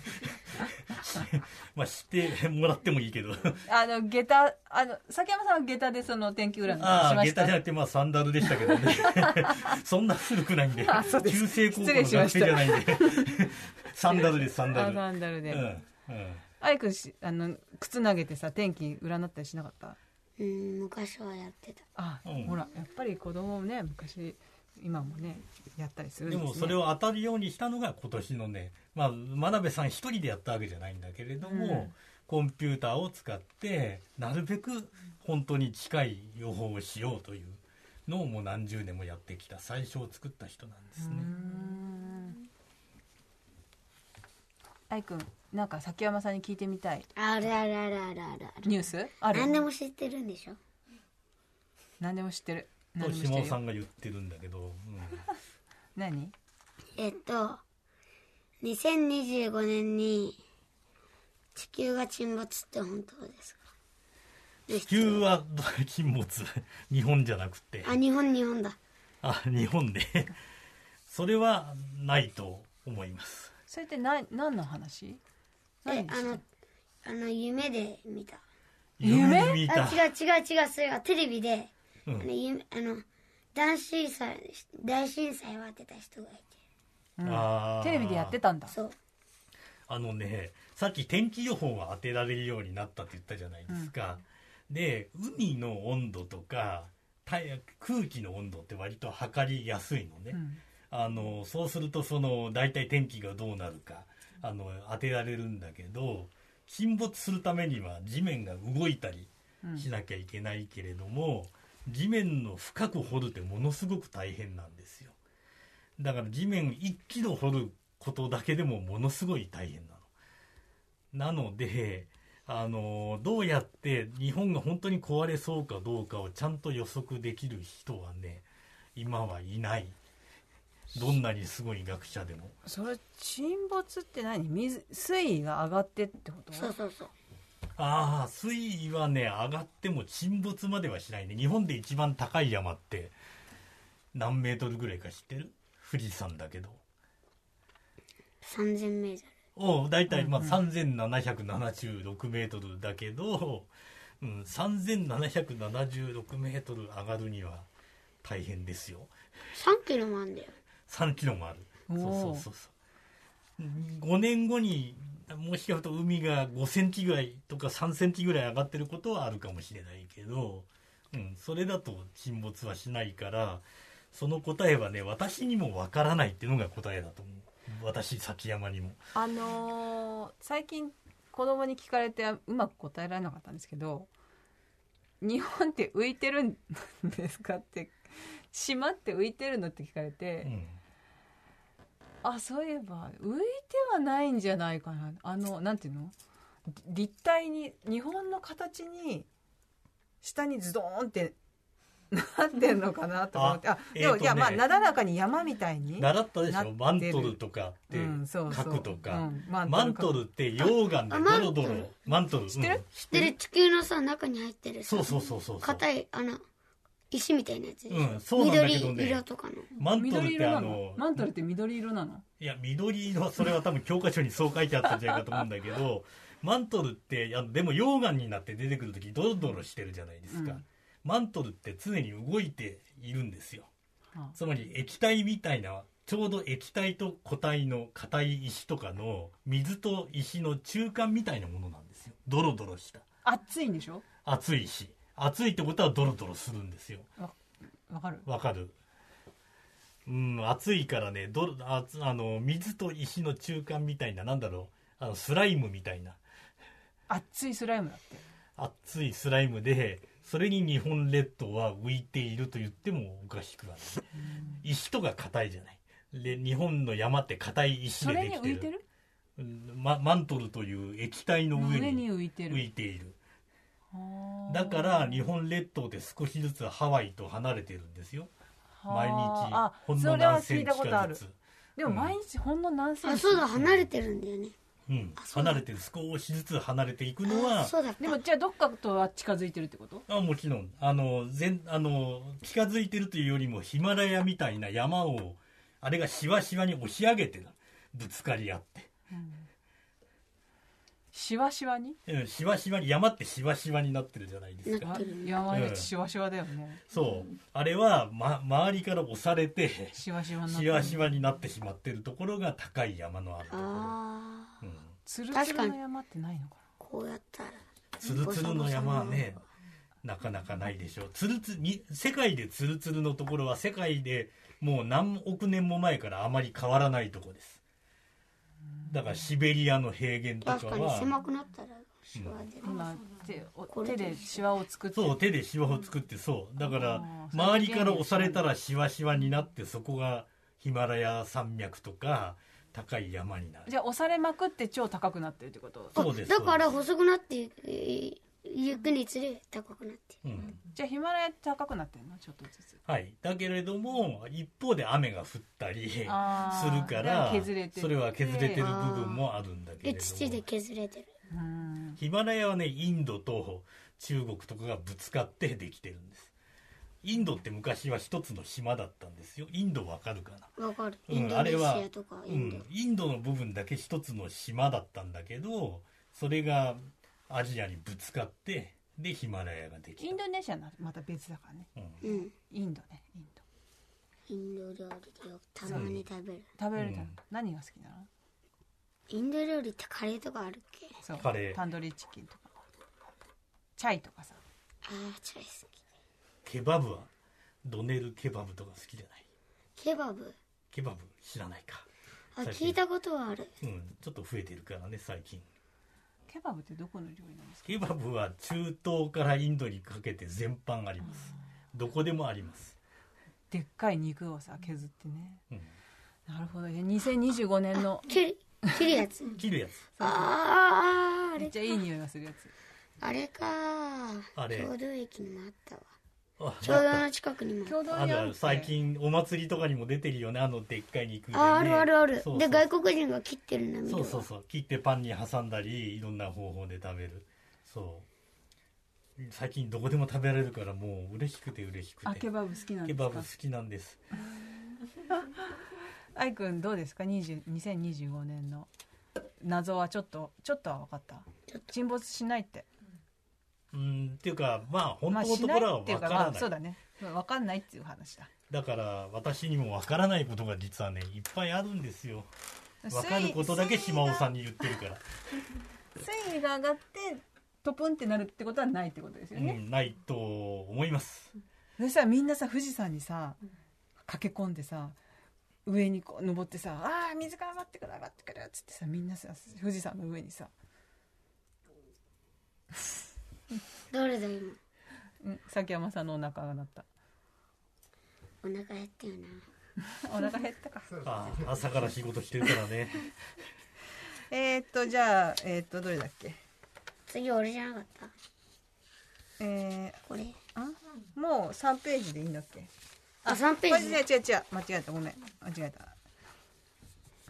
[SPEAKER 4] まあしてもらってもいいけど
[SPEAKER 2] [LAUGHS] [LAUGHS] あの下駄あの崎山さんは下駄でその天気占いし
[SPEAKER 4] ああ
[SPEAKER 2] ま
[SPEAKER 4] 下
[SPEAKER 2] し
[SPEAKER 4] 駄じ
[SPEAKER 2] た
[SPEAKER 4] ゃなくてまあサンダルでしたけ
[SPEAKER 2] [LAUGHS]
[SPEAKER 4] どねそんな古くないんで
[SPEAKER 2] あそうです
[SPEAKER 4] 旧制高校の学生じゃないんで [LAUGHS] サンダルですサンダ
[SPEAKER 2] あ
[SPEAKER 4] ル
[SPEAKER 2] サンダルで、
[SPEAKER 4] うんうん
[SPEAKER 2] アイくんしあの靴投げてさ天気占ったりしなかった
[SPEAKER 3] うん昔はやってた
[SPEAKER 2] あ、
[SPEAKER 4] うん
[SPEAKER 2] ほらやっぱり子供もね昔今もねやったりするん
[SPEAKER 4] で
[SPEAKER 2] です、ね、
[SPEAKER 4] もそれを当たるようにしたのが今年のね、まあ、真鍋さん一人でやったわけじゃないんだけれども、
[SPEAKER 2] うん
[SPEAKER 4] コンピューターを使ってなるべく本当に近い予報をしようというのをもう何十年もやってきた最初を作った人なんですね。
[SPEAKER 2] アイくんなんか崎山さんに聞いてみたい
[SPEAKER 3] あるあるあるあるあるある
[SPEAKER 2] ニュースある
[SPEAKER 3] 何でも知ってるんでしょ
[SPEAKER 2] 何でも知ってる
[SPEAKER 4] と
[SPEAKER 2] 何でも知って
[SPEAKER 4] 島尾
[SPEAKER 2] る
[SPEAKER 4] さ
[SPEAKER 2] よ
[SPEAKER 4] んが言ってるんだけど、うん
[SPEAKER 2] 何
[SPEAKER 3] えっと2025年に地球が沈没って本当ですか
[SPEAKER 4] 地球は禁物 [LAUGHS] 日本じゃなくて
[SPEAKER 3] あ日本日本だ
[SPEAKER 4] [LAUGHS] あ日本でそれはないと思います。
[SPEAKER 2] それって何何の話何
[SPEAKER 3] え
[SPEAKER 2] で
[SPEAKER 3] あ
[SPEAKER 2] し
[SPEAKER 3] の
[SPEAKER 2] た
[SPEAKER 3] あの夢で見た
[SPEAKER 2] 夢
[SPEAKER 4] 夢見
[SPEAKER 3] あ
[SPEAKER 4] た。
[SPEAKER 3] 違う違う違うそれはテレビで、
[SPEAKER 4] うん
[SPEAKER 3] あの夢あの大震災大震災を当てた人がいて
[SPEAKER 4] あー
[SPEAKER 2] テレビでやってたんだ
[SPEAKER 3] そう
[SPEAKER 4] あのね、さっき天気予報が当てられるようになったって言ったじゃないですか。で、海の温度とか、体空気の温度って割と測りやすいのね。
[SPEAKER 2] うん
[SPEAKER 4] あの、そうするとその、大体天気がどうなるか、あの、当てられるんだけど、沈没するためには地面が動いたり
[SPEAKER 2] うん
[SPEAKER 4] しなきゃいけないけれども、地面の深く掘るってものすごく大変なんですよ。だから地面1キロ掘ることだけでもものすごい大変なの。なので、あの、どうやって日本が本当に壊れそうかどうかをちゃんと予測できる人はね、今はいない。どんなにすごい学者でも。
[SPEAKER 2] それ沈没って何水水位が上がってってこと
[SPEAKER 3] そうそうそう
[SPEAKER 4] ああ、水位はね、上がっても沈没まではしないね。日本で一番高い山って、何メートルぐらいか知ってる富士山だけど。
[SPEAKER 3] 3 0 0 0メート
[SPEAKER 4] おう大体まあ3776メートルだけど、うん、3776メートル上がるには大変ですよ。
[SPEAKER 3] ル3キロもあんだよ
[SPEAKER 4] 3キロもある。
[SPEAKER 2] お
[SPEAKER 4] そう
[SPEAKER 2] ー
[SPEAKER 4] そうそうそう。5年後に、もしかすると海が5センチぐらいとか3センチぐらい上がってることはあるかもしれないけど、うん、それだと沈没はしないから、その答えはね、私にもわからないっていうのが答えだと思う。私、崎山にも。
[SPEAKER 2] あのー最近子供に聞かれてうまく答えられなかったんですけど日本って浮いてるんですかって島って浮いてるのって聞かれて、
[SPEAKER 4] うん。
[SPEAKER 2] あそういえば浮いてはないんじゃないかなあのなんていうの立体に日本の形に下にズドーンって [LAUGHS] なってんのかなと思ってあ
[SPEAKER 4] えー
[SPEAKER 2] でも、
[SPEAKER 4] とね
[SPEAKER 2] いやまあなだらかに山みたいに
[SPEAKER 4] 習ったでし
[SPEAKER 2] なって
[SPEAKER 4] ょ
[SPEAKER 2] る
[SPEAKER 4] マントルとかって
[SPEAKER 2] うん
[SPEAKER 4] 書
[SPEAKER 2] そうそう
[SPEAKER 4] くとか、
[SPEAKER 2] うん
[SPEAKER 4] マントルって溶岩で
[SPEAKER 3] あ
[SPEAKER 4] ド
[SPEAKER 3] マ
[SPEAKER 4] ロド
[SPEAKER 3] ント
[SPEAKER 4] ロ
[SPEAKER 3] ル
[SPEAKER 4] マントル
[SPEAKER 2] 知ってる
[SPEAKER 4] うん
[SPEAKER 3] で地球のさ中に入ってるさ
[SPEAKER 4] そうそうそうそうそう
[SPEAKER 3] 硬いあの石みたいなやつでしょ、
[SPEAKER 4] うんそうなんだけどね
[SPEAKER 3] 緑色とかの
[SPEAKER 4] マントルっ
[SPEAKER 2] 緑
[SPEAKER 4] て
[SPEAKER 2] 色
[SPEAKER 4] あ
[SPEAKER 2] なの
[SPEAKER 4] の
[SPEAKER 2] マントルって緑色なの
[SPEAKER 4] いや緑色はそれは多分教科書にそう書いてあったんじゃないかと思うんだけ
[SPEAKER 2] [LAUGHS]
[SPEAKER 4] どマントルっていやでも溶岩になって出てくる時ドロドロしてるじゃないですか、
[SPEAKER 2] うん
[SPEAKER 4] マントルって常に動いているんですよ
[SPEAKER 2] あ
[SPEAKER 4] つまり液体みたいなちょうど液体と固体の固い石とかの水と石の中間みたいなものなんですよドロドロした
[SPEAKER 2] 熱いんでしょ
[SPEAKER 4] 熱いし熱いってことはドロドロするんですよ
[SPEAKER 2] わかる
[SPEAKER 4] わかるうん熱いからねドロあつあの水と石の中間みたいななんだろうあのスライムみたいな
[SPEAKER 2] 熱いスライムだって
[SPEAKER 4] 熱いスライムでそれに日本列島は浮いていると言ってもおかしくはない石とか硬いじゃないで日本の山って硬い石
[SPEAKER 2] そ
[SPEAKER 4] で
[SPEAKER 2] れ
[SPEAKER 4] で
[SPEAKER 2] に
[SPEAKER 4] きて
[SPEAKER 2] 浮い
[SPEAKER 4] る
[SPEAKER 2] てる
[SPEAKER 4] うんまマントルという液体の上
[SPEAKER 2] 上に
[SPEAKER 4] に
[SPEAKER 2] 浮いてる
[SPEAKER 4] 浮いている
[SPEAKER 2] あー
[SPEAKER 4] だから日本列島で少しずつハワイと離れてるんですよ毎日
[SPEAKER 2] はーあ
[SPEAKER 4] ほん
[SPEAKER 2] そ
[SPEAKER 4] の
[SPEAKER 2] れは
[SPEAKER 4] 何
[SPEAKER 2] 聞
[SPEAKER 4] セ
[SPEAKER 2] い
[SPEAKER 4] ン
[SPEAKER 2] た
[SPEAKER 4] チ
[SPEAKER 2] ことあ
[SPEAKER 4] か
[SPEAKER 2] る
[SPEAKER 4] ずつ、
[SPEAKER 2] でも毎日ほんの何セン
[SPEAKER 3] あ
[SPEAKER 2] チ
[SPEAKER 3] そうだ離れてるんだよね
[SPEAKER 4] うん、
[SPEAKER 3] そう
[SPEAKER 4] 離れてる少しずつ離れていくの
[SPEAKER 3] あ
[SPEAKER 4] は
[SPEAKER 3] そうだった
[SPEAKER 2] でもじゃあどっかとは近づいてるってこと
[SPEAKER 4] あもちろんあの全あの近づいてるというよりもヒマラヤみたいな山をあれがしわしわに押し上げてなぶつかり合って
[SPEAKER 2] しわしわに
[SPEAKER 4] うんしわしわに山ってしわしわになってるじゃないです
[SPEAKER 3] な
[SPEAKER 4] か
[SPEAKER 2] あ
[SPEAKER 3] うん
[SPEAKER 2] 山
[SPEAKER 4] うん
[SPEAKER 2] 口しわしわだよね
[SPEAKER 4] そうあれは、ま、周りから押されて
[SPEAKER 2] しわしわになって
[SPEAKER 4] しわしわになってしまってるところが高い山のあるところ、
[SPEAKER 3] ああ
[SPEAKER 4] うん、
[SPEAKER 2] つるつるの山ってないのか
[SPEAKER 3] こうやったら
[SPEAKER 4] ツルツルの山はねなかなかないでしょうツルツルに世界でツルツルのところは世界でもう何億年も前からあまり変わらないとこですだからシベリアの平原とか
[SPEAKER 3] 確かに狭
[SPEAKER 4] は
[SPEAKER 3] くなったらシワ出る、
[SPEAKER 2] な今手を手でしわを作って
[SPEAKER 4] そう手でシワを作ってそうだから
[SPEAKER 2] あー
[SPEAKER 4] 周りから押されたらシワシワになってそこがヒマラヤ山脈とか高い山になる
[SPEAKER 2] じゃあ押されまくって超高くなってるってこと
[SPEAKER 4] そうです
[SPEAKER 3] だから細くなっていくゆっくりつれ高くなって
[SPEAKER 4] うん
[SPEAKER 2] じゃあヒマラヤって高くなってるのちょっとずつ
[SPEAKER 4] はい、だけれども一方で雨が降ったりする
[SPEAKER 2] あー
[SPEAKER 4] から
[SPEAKER 2] 削れてて
[SPEAKER 4] それは削れてる部分もあるんだけれ
[SPEAKER 3] で
[SPEAKER 4] ども
[SPEAKER 3] 土で削れてる
[SPEAKER 2] うん
[SPEAKER 4] ヒマラヤはねインドと中国とかがぶつかってできてるんですインドって昔は一つの島だったんですよインドわかるかな
[SPEAKER 3] わかる。
[SPEAKER 4] うん
[SPEAKER 3] インドネシアとか、
[SPEAKER 4] う
[SPEAKER 3] インド。
[SPEAKER 4] ん、インドの部分だけ一つの島だったんだけどそれがアジアにぶつかってでヒマラヤができ
[SPEAKER 2] イ
[SPEAKER 4] た
[SPEAKER 2] ンドネシアなまた別だからね
[SPEAKER 4] うん
[SPEAKER 3] うん。
[SPEAKER 2] インドねインド
[SPEAKER 3] インド料理をたまに食べる。
[SPEAKER 2] 食べるじゃん、
[SPEAKER 4] うん
[SPEAKER 2] 何が好きなの
[SPEAKER 3] インド料理ってカレーとかあるっけ
[SPEAKER 2] そう
[SPEAKER 4] カレー
[SPEAKER 2] タンドリーチキンとかチャイとかさ
[SPEAKER 3] ああ、チャイ好
[SPEAKER 4] ケバブはドネルケバブとか好きじゃない
[SPEAKER 3] き。ケバブ
[SPEAKER 4] ケバブ知らないか、
[SPEAKER 3] あ、
[SPEAKER 4] 最近
[SPEAKER 3] 聞いたことはある。
[SPEAKER 4] うん、ちょっと増えてるからね最近
[SPEAKER 2] ケバブってどこの料理なんですか
[SPEAKER 4] ケバブは中東からインドにかけて全般ありますどこでもあります、
[SPEAKER 2] でっかい肉をさ削ってね
[SPEAKER 4] うん、
[SPEAKER 2] なるほどいや2025年の
[SPEAKER 3] 切る、切るやつ。
[SPEAKER 4] 切るやつ
[SPEAKER 3] ああ、あ
[SPEAKER 2] めっ
[SPEAKER 3] れ、
[SPEAKER 2] ちゃいい匂いがするやつ
[SPEAKER 3] あれかー。
[SPEAKER 4] あれ
[SPEAKER 3] 共同駅にもあったわ。
[SPEAKER 4] あ
[SPEAKER 3] ちょうど
[SPEAKER 4] あ
[SPEAKER 3] の近くにも。
[SPEAKER 2] 共同
[SPEAKER 4] あ
[SPEAKER 2] に
[SPEAKER 4] る
[SPEAKER 2] あ
[SPEAKER 4] あ
[SPEAKER 2] るっ
[SPEAKER 4] る
[SPEAKER 2] て
[SPEAKER 4] 最近お祭りとかにも出てるよねあのでっかい肉でね、
[SPEAKER 3] あ、あるあるある。
[SPEAKER 4] そうそう
[SPEAKER 3] で、外国人が切ってるんだ、見る
[SPEAKER 4] そうそう
[SPEAKER 3] わ
[SPEAKER 4] そう切ってパンに挟んだりいろんな方法で食べるそう最近どこでも食べられるからもう嬉しくて嬉しく
[SPEAKER 2] あ
[SPEAKER 4] て
[SPEAKER 2] ケバブ好きなんで
[SPEAKER 4] ケ
[SPEAKER 2] す
[SPEAKER 4] バブ
[SPEAKER 2] か
[SPEAKER 4] 好きなんです
[SPEAKER 2] アイくんどうですか20 2025年の謎はちょっとちょっとは分かった
[SPEAKER 3] ちょっ
[SPEAKER 2] 沈没しないって
[SPEAKER 4] うんっていうかまあ本
[SPEAKER 2] ま
[SPEAKER 4] 当
[SPEAKER 2] あ
[SPEAKER 4] の
[SPEAKER 2] し
[SPEAKER 4] と
[SPEAKER 2] ない
[SPEAKER 4] こ
[SPEAKER 2] っ
[SPEAKER 4] ろは
[SPEAKER 2] ていう
[SPEAKER 4] 分か
[SPEAKER 2] から
[SPEAKER 4] ない,、
[SPEAKER 2] まあそうだね分かんないっていう話だ
[SPEAKER 4] だから私にも分からないことが実はねいっぱいあるんですよ分かることだけ
[SPEAKER 2] 水位
[SPEAKER 4] 島尾さんに言ってるから、
[SPEAKER 2] 水位が上がってトプンってなるってことはないってことですよ
[SPEAKER 4] う
[SPEAKER 2] ね、
[SPEAKER 4] ん、ないと思います
[SPEAKER 2] そしたらみんなさ富士山にさ駆け込んでさ上にこう登ってさ「ああ水が上がってくる上がってくる」っつってさみんなさ富士山の上にさ、
[SPEAKER 3] 誰だ、今。
[SPEAKER 2] うん、崎山さんのお腹が鳴った
[SPEAKER 3] お腹減ったよな。
[SPEAKER 2] [LAUGHS] お腹減ったか
[SPEAKER 4] ああ朝から仕事してるからね
[SPEAKER 2] [LAUGHS] えーっとじゃあえーっとどれだっけ
[SPEAKER 3] 次、俺じゃなかった
[SPEAKER 2] えー、
[SPEAKER 3] これ。
[SPEAKER 2] あもう3ページでいいんだっけ
[SPEAKER 3] あ、3ペ
[SPEAKER 2] こ
[SPEAKER 3] ー
[SPEAKER 2] れ
[SPEAKER 3] ジ
[SPEAKER 2] 違う違う違
[SPEAKER 3] ね。
[SPEAKER 2] う間違えたごめん間違えた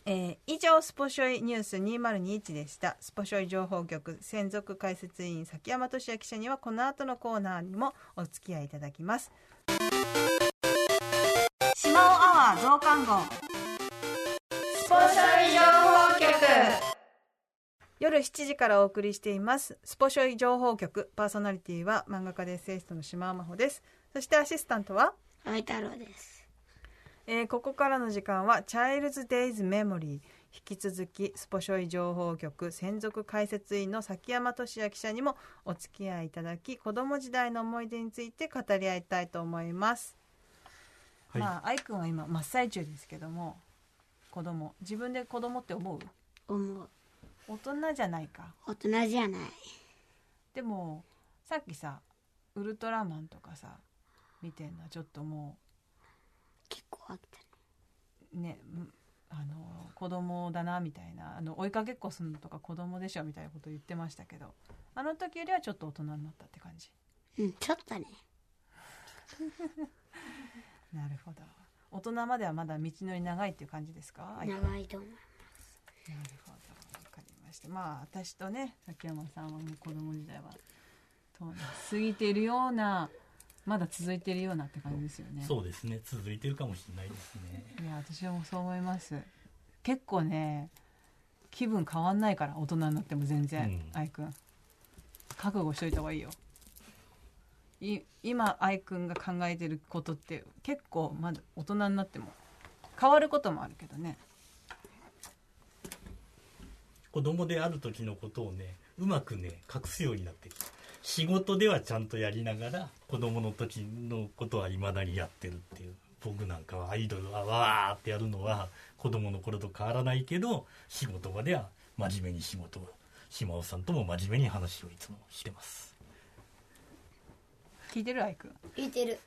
[SPEAKER 2] えー以上スポショイニュース2021でしたスポショイ情報局専属解説委員崎山俊也記者にはこの後のコーナーにもお付き合いいただきます島尾アワー増刊号スポショイ情報局夜7時からお送りしていますスポショイ情報局パーソナリティは漫画家でエッセイストの島尾真帆ですそしてアシスタントは
[SPEAKER 3] あい太郎です。
[SPEAKER 2] えーここからの時間は「チャイルズ・デイズ・メモリー」引き続きスポショイ情報局専属解説員の崎山俊也記者にもお付き合いいただき子供時代の思い出について語り合いたいと思います。
[SPEAKER 4] はい
[SPEAKER 2] まあ愛くんは今真っ最中ですけども子供自分で子供って思う
[SPEAKER 3] 思う。
[SPEAKER 2] 大人じゃないか
[SPEAKER 3] 大人じゃない。
[SPEAKER 2] でもさっきさ「ウルトラマン」とかさ見てんのはちょっとも
[SPEAKER 3] 結構飽きたね。
[SPEAKER 2] うねうんあの子供だなみたいなあの追いかけっこするのとか子供でしょみたいなこと言ってましたけどあの時よりはちょっと大人になったって感じ
[SPEAKER 3] うん、ちょっとね。
[SPEAKER 2] なるほど大人まではまだ道のり長いっていう感じですかあいなる
[SPEAKER 3] 長いと思う。
[SPEAKER 2] ほどわかりましたまあ私とね崎山さんはもう子供時代はと過ぎているようなまだ続いているようなって感じですよね
[SPEAKER 4] そうですね続いてるかもしれないですね
[SPEAKER 2] いや私もそう思います結構ね気分変わんないから大人になっても全然、
[SPEAKER 4] うん
[SPEAKER 2] 愛くん覚悟しといた方がいいよい今愛くんが考えてることって結構まだ大人になっても変わることもあるけどね
[SPEAKER 4] 子供である時のことをねうまくね隠すようになってきた仕事ではちゃんとやりながら子供の時のことはいまだにやってるっていう僕なんかはアイドルはわーってやるのは子供の頃と変わらないけど仕事場では真面目に仕事を島尾さんとも真面目に話をいつもしてます
[SPEAKER 2] 聞いてる愛くん
[SPEAKER 3] 言ってる。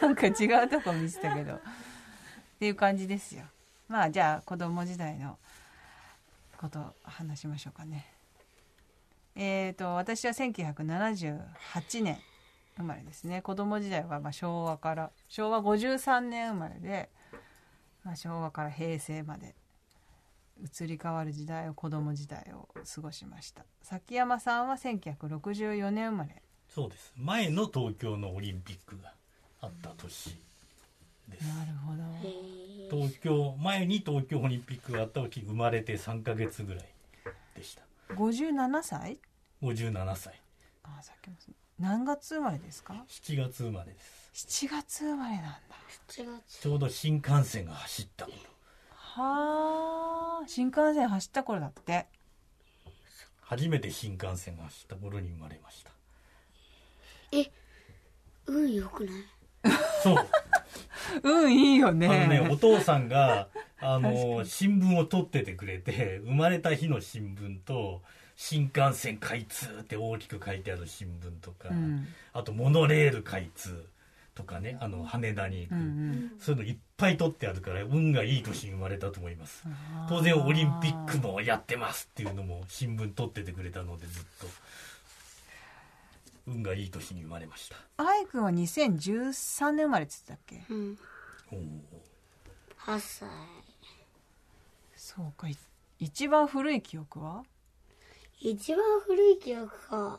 [SPEAKER 2] なんか違うとこ見せたけどっていう感じですよまあじゃあ子供時代のことを話しましょうかねえー、と私は1978年生まれですね子供時代はまあ昭和から昭和53年生まれで、まあ、昭和から平成まで移り変わる時代を子供時代を過ごしました崎山さんは1964年生まれ
[SPEAKER 4] そうです前の東京のオリンピックがあった年です、
[SPEAKER 2] なるほど
[SPEAKER 3] へえ
[SPEAKER 4] 東京前に東京オリンピックがあった時生まれて3ヶ月ぐらいでした
[SPEAKER 2] 57歳
[SPEAKER 4] 57歳
[SPEAKER 2] あさっきもそう何月生まれですか
[SPEAKER 4] 7月生まれです
[SPEAKER 2] 7月生まれなんだ
[SPEAKER 3] 7月
[SPEAKER 4] ちょうど新幹線が走った頃
[SPEAKER 2] はあ新幹線走った頃だって
[SPEAKER 4] 初めて新幹線が走った頃に生まれました
[SPEAKER 3] え運良くない
[SPEAKER 4] そう
[SPEAKER 2] うんいいよ
[SPEAKER 4] あのねお
[SPEAKER 2] ね
[SPEAKER 4] 父さんがあの新聞を取っててくれて生まれた日の新聞と新幹線開通って大きく書いてある新聞とか、
[SPEAKER 2] うん
[SPEAKER 4] あとモノレール開通とかねあの羽田に行く、
[SPEAKER 2] うんうん
[SPEAKER 4] そういうのいっぱい取ってあるから運がいい年に生まれたと思います
[SPEAKER 2] あー
[SPEAKER 4] 当然オリンピックもやってますっていうのも新聞取っててくれたのでずっと運がいい年に生まれました
[SPEAKER 2] 愛くんは2013年生まれっつってたっけ
[SPEAKER 3] うん
[SPEAKER 4] おー
[SPEAKER 3] 8歳
[SPEAKER 2] そうかい一番古い記憶は
[SPEAKER 3] 一番古い記憶かあ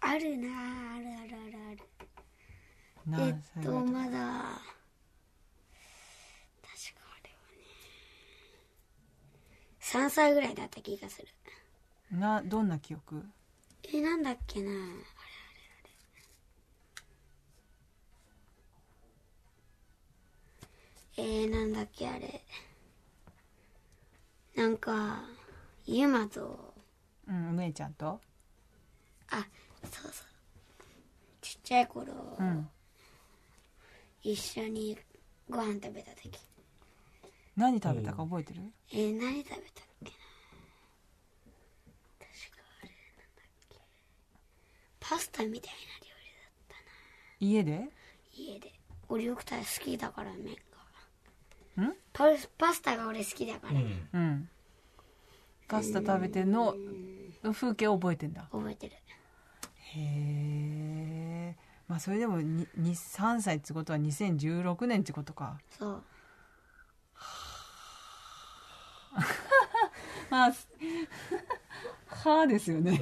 [SPEAKER 3] ああるなあるあるあるあるえ
[SPEAKER 2] 何
[SPEAKER 3] っ
[SPEAKER 2] 歳
[SPEAKER 3] と
[SPEAKER 2] ぐら
[SPEAKER 3] まだ
[SPEAKER 2] いだ
[SPEAKER 3] 確かあれはね3歳ぐらいだった気がする
[SPEAKER 2] などんな記憶
[SPEAKER 3] えなんだっけなあれあれあれえー、なんだっけあれなんかユマと
[SPEAKER 2] うんお姉ちゃんと
[SPEAKER 3] あそうそうちっちゃい頃、
[SPEAKER 2] うん
[SPEAKER 3] 一緒にご飯食べた時
[SPEAKER 2] 何食べたか覚えてる
[SPEAKER 3] えー、何食べたっけな確かあれなんだっけパスタみたいな料
[SPEAKER 2] 家で
[SPEAKER 3] 理家で俺よくた好きだから麺が
[SPEAKER 2] ん
[SPEAKER 3] パルパスタが俺好きだから、
[SPEAKER 4] うん
[SPEAKER 2] うんパスタ食べてんのの風景を覚えてんだ
[SPEAKER 3] 覚えてる
[SPEAKER 2] へえまあそれでもにに3歳ってことは2016年ってことか
[SPEAKER 3] そう
[SPEAKER 2] あ [LAUGHS] すはあですよね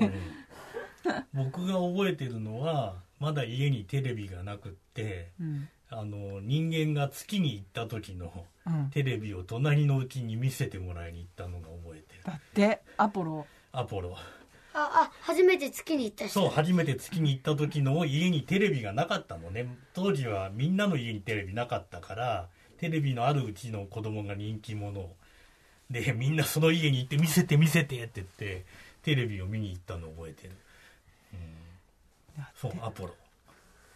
[SPEAKER 4] 僕が覚えてるのはまだ家にテレビがなくって
[SPEAKER 2] うん
[SPEAKER 4] あの人間が月に行った時の
[SPEAKER 2] うん
[SPEAKER 4] テレビを隣のうちに見せてもらいに行ったのが覚えてる
[SPEAKER 2] だってアポロ
[SPEAKER 4] アポロ
[SPEAKER 3] ああ初めて月に行った人
[SPEAKER 4] そう初めて月に行った時の家にテレビがなかったのね当時はみんなの家にテレビなかったからテレビのあるうちの子供が人気者でみんなその家に行って見せて見せてって言ってテレビを見に行ったのを覚えてる、うん、
[SPEAKER 2] だ
[SPEAKER 4] そう
[SPEAKER 2] って
[SPEAKER 4] アポロ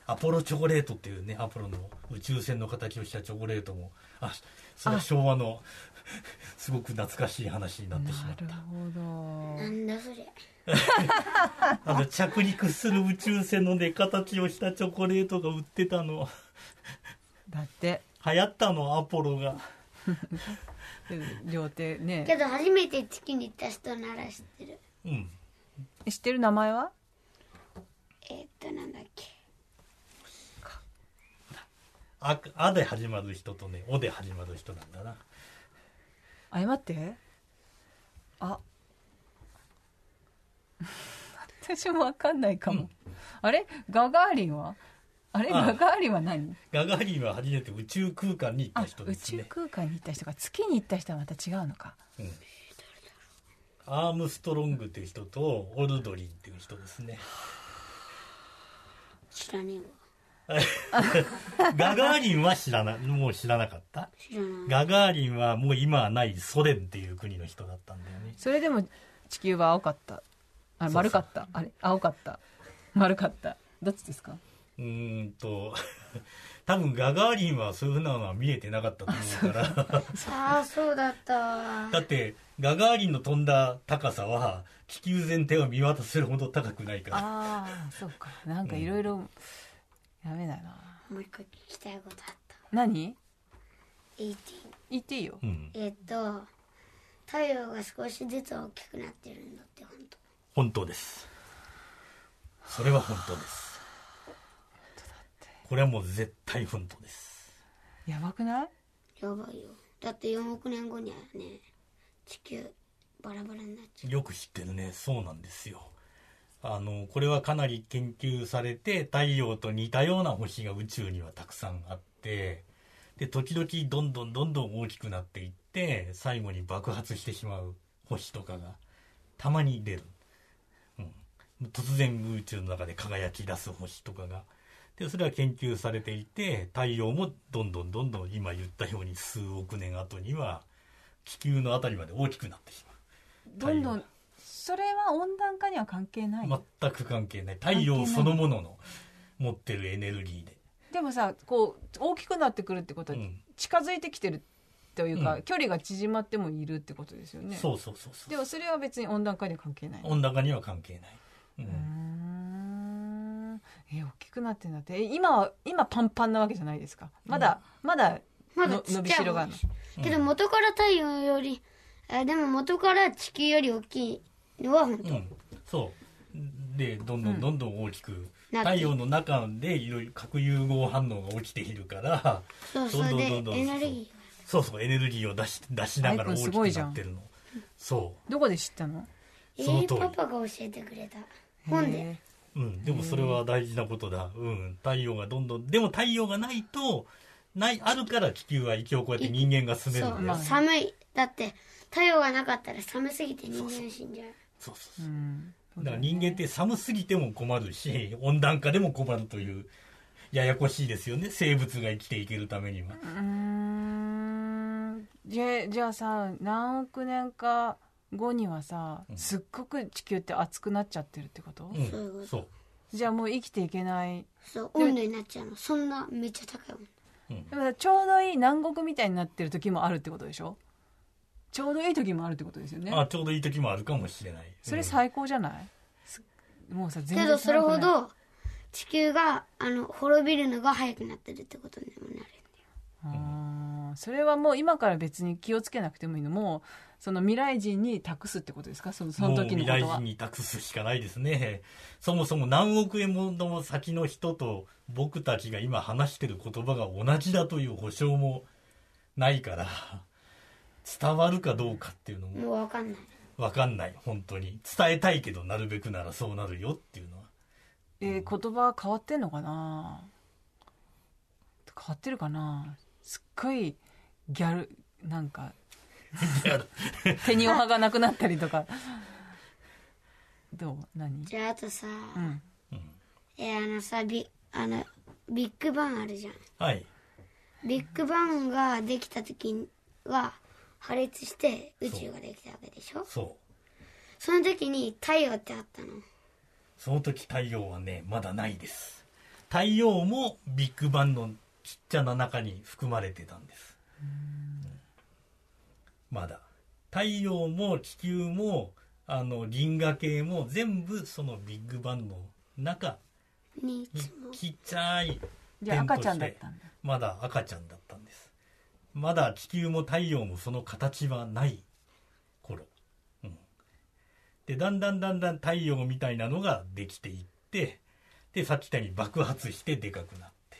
[SPEAKER 4] アポロチョコレートっていうねアポロの宇宙船の形をしたチョコレートもあそれは昭和の [LAUGHS] すごく懐かしい話になってしま
[SPEAKER 2] な
[SPEAKER 4] った
[SPEAKER 2] るほど
[SPEAKER 3] なんだそれ
[SPEAKER 4] あの着陸する宇宙船のね形をしたチョコレートが売ってたの
[SPEAKER 2] だって
[SPEAKER 4] 流行ったのアポロが
[SPEAKER 2] で両手
[SPEAKER 3] け
[SPEAKER 2] ね
[SPEAKER 3] ど初めて月に行った人なら知ってる
[SPEAKER 4] うん
[SPEAKER 2] 知ってる名前は
[SPEAKER 3] えー、っとなんだっけ
[SPEAKER 4] 「あ」あで始まる人とね「お」で始まる人なんだな
[SPEAKER 2] あれ待ってあ [LAUGHS] 私もわかんないかも、
[SPEAKER 4] うん
[SPEAKER 2] あれガガーリンはあれ
[SPEAKER 4] ああ
[SPEAKER 2] ガガーリンは何
[SPEAKER 4] ガガーリンは初めて宇宙空間に行った
[SPEAKER 2] あ
[SPEAKER 4] 人で
[SPEAKER 2] 宇
[SPEAKER 4] す
[SPEAKER 2] 宙
[SPEAKER 4] ね
[SPEAKER 2] 空間に行った人が月に行った人はまた違うのか
[SPEAKER 4] うんアームストロングっていう人とオルドリンっていう人ですね
[SPEAKER 3] 知らねえわ
[SPEAKER 4] ガガーリンは知らなもう知らなかった
[SPEAKER 3] 知らない
[SPEAKER 4] ガガーリンはもう今はないソ連っていう国の人だったんだよね
[SPEAKER 2] それでも地球は青かったあ
[SPEAKER 4] そう
[SPEAKER 2] 丸かったあれ青かった丸かったどっちですか
[SPEAKER 4] うーんと [LAUGHS] 多分ガガーリンはそういうふうなのは見えてなかったと思うから
[SPEAKER 3] ああそうだったわ
[SPEAKER 4] だってガガーリンの飛んだ高さは気球全体を見渡せるほど高くないから
[SPEAKER 2] ああそうかなんかいろいろダメだな
[SPEAKER 3] もう一個聞きたいことあった
[SPEAKER 2] 何
[SPEAKER 3] 18
[SPEAKER 2] 言っていいよ
[SPEAKER 4] うん
[SPEAKER 3] えー、っと太陽が少しずつ大きくなってるんだって本当
[SPEAKER 4] 本当ですそれは本当ですこれはもう絶対本当です
[SPEAKER 2] やばくない
[SPEAKER 3] やばいよだって4億年後にはね地球バラバラになっちゃ
[SPEAKER 4] よく知ってるねそうなんですよあのこれはかなり研究されて太陽と似たような星が宇宙にはたくさんあってで時々どんどんどんどん大きくなっていって最後に爆発してしまう星とかがたまに出る、うん、突然宇宙の中で輝き出す星とかがでそれは研究されていて太陽もどんどんどんどん今言ったように数億年後には地球のあたりまで大きくなってしまう。
[SPEAKER 2] どんどんそれは温暖化には関係ない、
[SPEAKER 4] 全く関係ない太陽そのものの持ってるエネルギーで、
[SPEAKER 2] でもさこう大きくなってくるってこと
[SPEAKER 4] う
[SPEAKER 2] は
[SPEAKER 4] ん
[SPEAKER 2] 近づいてきてるというか、
[SPEAKER 4] うん
[SPEAKER 2] 距離が縮まってもいるってことですよね
[SPEAKER 4] そうそうそうそう
[SPEAKER 2] でもそれは別に温暖化には関係ない
[SPEAKER 4] 温暖化には関係ない、うん
[SPEAKER 2] うーんえ大きくなってんだってえ今は今パンパンなわけじゃないですかまだ、まだ
[SPEAKER 3] まだ
[SPEAKER 2] の
[SPEAKER 3] ちっ
[SPEAKER 2] 伸び
[SPEAKER 3] ちゃ
[SPEAKER 2] し
[SPEAKER 3] い
[SPEAKER 2] ろが
[SPEAKER 3] 方
[SPEAKER 2] あるの
[SPEAKER 3] ですけど元から太陽よりあでも元から地球より大きいのは本
[SPEAKER 4] う
[SPEAKER 3] 当、
[SPEAKER 4] ん、そうでどんどんどんどん大きく、
[SPEAKER 3] なって
[SPEAKER 4] 太陽の中でいろいろ核融合反応が起きているから
[SPEAKER 3] そうそれで
[SPEAKER 4] どんどんどんどん
[SPEAKER 3] エネルギ
[SPEAKER 4] そうそうエネルギーを出し出しながら大きくなってるのそ
[SPEAKER 2] どこで知ったの
[SPEAKER 3] ー
[SPEAKER 4] そ
[SPEAKER 3] が
[SPEAKER 4] の
[SPEAKER 3] え
[SPEAKER 4] 通り
[SPEAKER 3] ー、パパが教えてくれた本で
[SPEAKER 2] へ
[SPEAKER 4] う、うん、でもそれは大事なことだ、うん、太陽がどんどんでも太陽がないとないあるから地球は一応こうやって人間が住め
[SPEAKER 3] そ
[SPEAKER 4] るんだよ、
[SPEAKER 3] う、
[SPEAKER 2] まあね
[SPEAKER 3] 寒いだって太陽がなかったら寒すぎて人間死んじゃう
[SPEAKER 4] そう
[SPEAKER 2] え
[SPEAKER 4] そうそう
[SPEAKER 2] うん
[SPEAKER 4] だから人間って寒すぎても困るし [LAUGHS] 温暖化でも困るというややこしいですよね生物が生きていけるためには
[SPEAKER 2] うーんじゃじゃあさ何億年か後にはさ
[SPEAKER 4] うん
[SPEAKER 2] すっごく地球って熱くなっちゃってるってこと、
[SPEAKER 4] うん
[SPEAKER 3] そういうこと
[SPEAKER 4] そう
[SPEAKER 2] じゃあもう生きていけない
[SPEAKER 3] そう温度になっちゃうのそんなめっちゃ高い温
[SPEAKER 4] うん
[SPEAKER 2] でもさちょうどいい南国みたいになってる時もあるってことでしょちょうどいい時もあるってことですよね
[SPEAKER 4] あちょうどいい時もあるかもしれない
[SPEAKER 2] それ
[SPEAKER 4] さ
[SPEAKER 2] 最高じゃない、すもうさ
[SPEAKER 3] 度
[SPEAKER 2] 全
[SPEAKER 3] けどそれほ
[SPEAKER 2] 寒くない
[SPEAKER 3] ど地球があの滅びるのが早くなってるってことにもなる
[SPEAKER 2] あーそれはもう今から別に気をつけなくてもいいのもうその未来人に託すってことですかそのその時のこ
[SPEAKER 4] も
[SPEAKER 2] と
[SPEAKER 4] う未来
[SPEAKER 2] は
[SPEAKER 4] 人に託すしかないですねそもそも何億円もの先の人と僕たちが今話してる言葉が同じだという保証もないから伝わるかどうかっていうのも
[SPEAKER 3] もうわかんない
[SPEAKER 4] わかんない本当に伝えたいけどなるべくならそうなるよっていうのは
[SPEAKER 2] えー言葉変わってんのかな変わってるかなすっごいギャルなんか
[SPEAKER 4] いや
[SPEAKER 2] 手におはがなくなったりとかどう何
[SPEAKER 3] じゃああとさ、
[SPEAKER 2] うん
[SPEAKER 3] えーあのさビあのビッグバンあるじゃん
[SPEAKER 4] はい
[SPEAKER 3] ビッグバンができた時は破裂して宇宙ができたわけでしょ
[SPEAKER 4] そう
[SPEAKER 3] その時に太陽ってあったの
[SPEAKER 4] その時太陽はねまだないです太陽もビッグバンのちっちゃな中に含まれてたんですうんまだ太陽も地球もあの銀河系も全部そのビッグバンの中
[SPEAKER 3] にい
[SPEAKER 4] に
[SPEAKER 3] つも
[SPEAKER 4] ちっちゃい
[SPEAKER 2] じゃあ
[SPEAKER 4] 点と
[SPEAKER 2] 赤
[SPEAKER 4] して
[SPEAKER 2] ちゃんだったんだ
[SPEAKER 4] まだ赤ちゃんだったんですまだ地球も太陽もその形はない頃、うん、でだんだんだんだん太陽みたいなのができていってでさっき言ったように爆発してでかくなって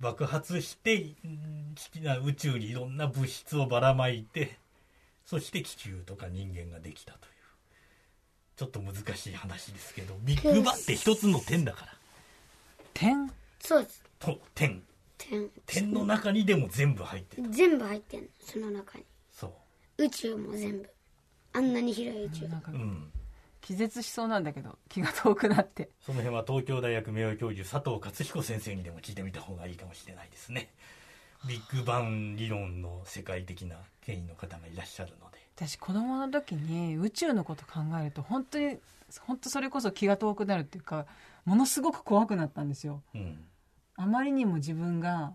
[SPEAKER 4] 爆発してうん地球な宇宙にいろんな物質をばらまいてそして地球とか人間ができたというちょっと難しい話ですけどビッグバンって一つの点だから
[SPEAKER 2] 点
[SPEAKER 3] そうです
[SPEAKER 4] と点
[SPEAKER 3] 点
[SPEAKER 4] 点の中にでも全部入ってる
[SPEAKER 3] 全部入ってんのその中に
[SPEAKER 4] そ
[SPEAKER 3] 宇宙も全部あんなに広い宇宙
[SPEAKER 2] なんか
[SPEAKER 4] う、うん、
[SPEAKER 2] 気絶しそうなんだけど気が遠くなって
[SPEAKER 4] その辺は東京大学名誉教授佐藤勝彦先生にでも聞いてみた方がいいかもしれないですねビッグバン理論の世界的な権威の方がいらっしゃるので
[SPEAKER 2] 私子供の時に宇宙のこと考えると本当に本当それこそ気が遠くなるっていうかものすごく怖くなったんですよ
[SPEAKER 4] うん
[SPEAKER 2] あまりにも自分が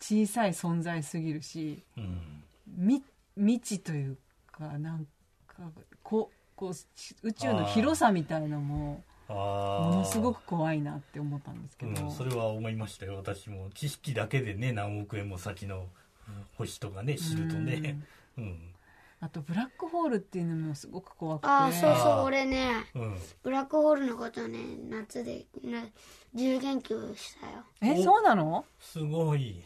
[SPEAKER 2] 小さい存在すぎるし
[SPEAKER 4] うん
[SPEAKER 2] み未知というかなんかこうこうし宇宙の広さみたいのも
[SPEAKER 4] ああ
[SPEAKER 2] ものすごく怖いなって思ったんですけ
[SPEAKER 4] う
[SPEAKER 2] ど、
[SPEAKER 4] ん、それは思いましたよ私も知識だけでね何億円も先の星とかね知るとねうん
[SPEAKER 2] あとブラックホールっていうのもすごく怖くて
[SPEAKER 3] ああそうそう
[SPEAKER 4] あー
[SPEAKER 3] 俺ね
[SPEAKER 4] うん
[SPEAKER 3] ブラックホールのことね夏でな自由研究したよ
[SPEAKER 2] えそうなの
[SPEAKER 4] すごい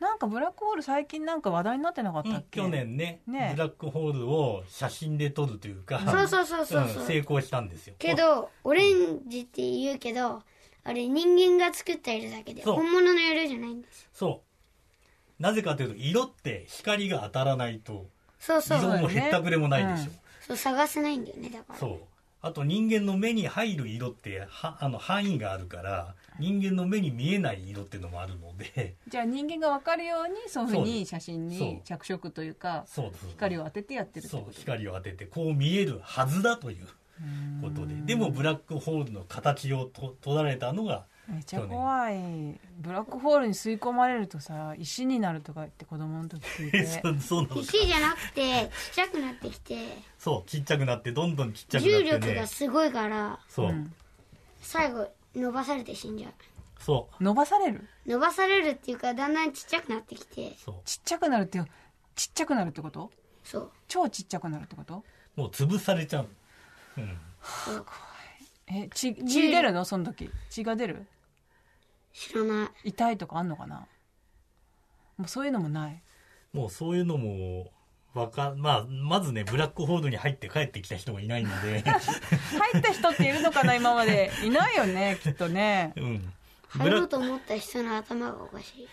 [SPEAKER 2] なんかブラックホール最近なんか話題になってなかったっけ、
[SPEAKER 4] 去年ね
[SPEAKER 2] ね
[SPEAKER 4] ブラックホールを写真で撮るというか
[SPEAKER 3] そうそうそうそう
[SPEAKER 4] うん
[SPEAKER 3] そう
[SPEAKER 4] 成功したんですよ
[SPEAKER 3] けどオレンジって言うけどあれ人間が作った色だけで
[SPEAKER 4] そう
[SPEAKER 3] 本物の色じゃないんです
[SPEAKER 4] そうなぜかというと色って光が当たらないと
[SPEAKER 3] そうそ
[SPEAKER 4] 色
[SPEAKER 3] う
[SPEAKER 4] もへったくれもないでし
[SPEAKER 2] そうだ
[SPEAKER 4] ょ、
[SPEAKER 2] よね
[SPEAKER 3] そう探せないんだよねだから
[SPEAKER 4] そうあと人間の目に入る色ってはあの範囲があるから人間の目に見えない色っていうのもあるので
[SPEAKER 2] じゃあ人間が分かるようにそういうふう
[SPEAKER 4] そう
[SPEAKER 2] に
[SPEAKER 4] です
[SPEAKER 2] 写真
[SPEAKER 4] そう
[SPEAKER 2] に着色というか
[SPEAKER 4] そうそう
[SPEAKER 2] 光を当ててやってるって
[SPEAKER 4] そ
[SPEAKER 2] こ
[SPEAKER 4] う
[SPEAKER 2] と
[SPEAKER 4] 光を当ててこう見えるはずだということででもブラックホールの形をと取られたのが
[SPEAKER 2] めっちゃ怖いブラックホールに吸い込まれるとさ石になるとか言って子供の時聞いて
[SPEAKER 4] [LAUGHS] そそうなのか
[SPEAKER 3] 石じゃなくてちっちゃくなってきて
[SPEAKER 4] そうちっちゃくなってどんどんちっちゃく
[SPEAKER 3] 重
[SPEAKER 4] なって
[SPEAKER 3] 力
[SPEAKER 4] ね
[SPEAKER 3] がすごいから
[SPEAKER 4] そう、
[SPEAKER 2] うん
[SPEAKER 3] 最後伸ばされて死んじゃう
[SPEAKER 4] そう
[SPEAKER 2] 伸ばされる
[SPEAKER 3] 伸ばされるっていうかだんだんちっちゃくなってきて
[SPEAKER 4] そう
[SPEAKER 2] ちっちゃくなるってちっちゃくなるってこと
[SPEAKER 3] そう
[SPEAKER 2] 超ちっちゃくなるってこと
[SPEAKER 4] もう潰されちゃう、うん、
[SPEAKER 3] そう
[SPEAKER 2] え血血出るのその時血が出る
[SPEAKER 3] 知らない
[SPEAKER 2] 痛いとかあんのかなもうそういうのもない
[SPEAKER 4] もうそういうのもわかまあまずねブラックホールに入って帰ってきた人がいないの
[SPEAKER 3] [LAUGHS]
[SPEAKER 4] で、
[SPEAKER 2] 入った人っているのかな今までいないよねきっとね
[SPEAKER 4] うん、ブ
[SPEAKER 3] 入
[SPEAKER 4] ラ
[SPEAKER 3] ろ
[SPEAKER 4] ッ
[SPEAKER 3] う
[SPEAKER 4] ク
[SPEAKER 3] と思った人の頭がおかしい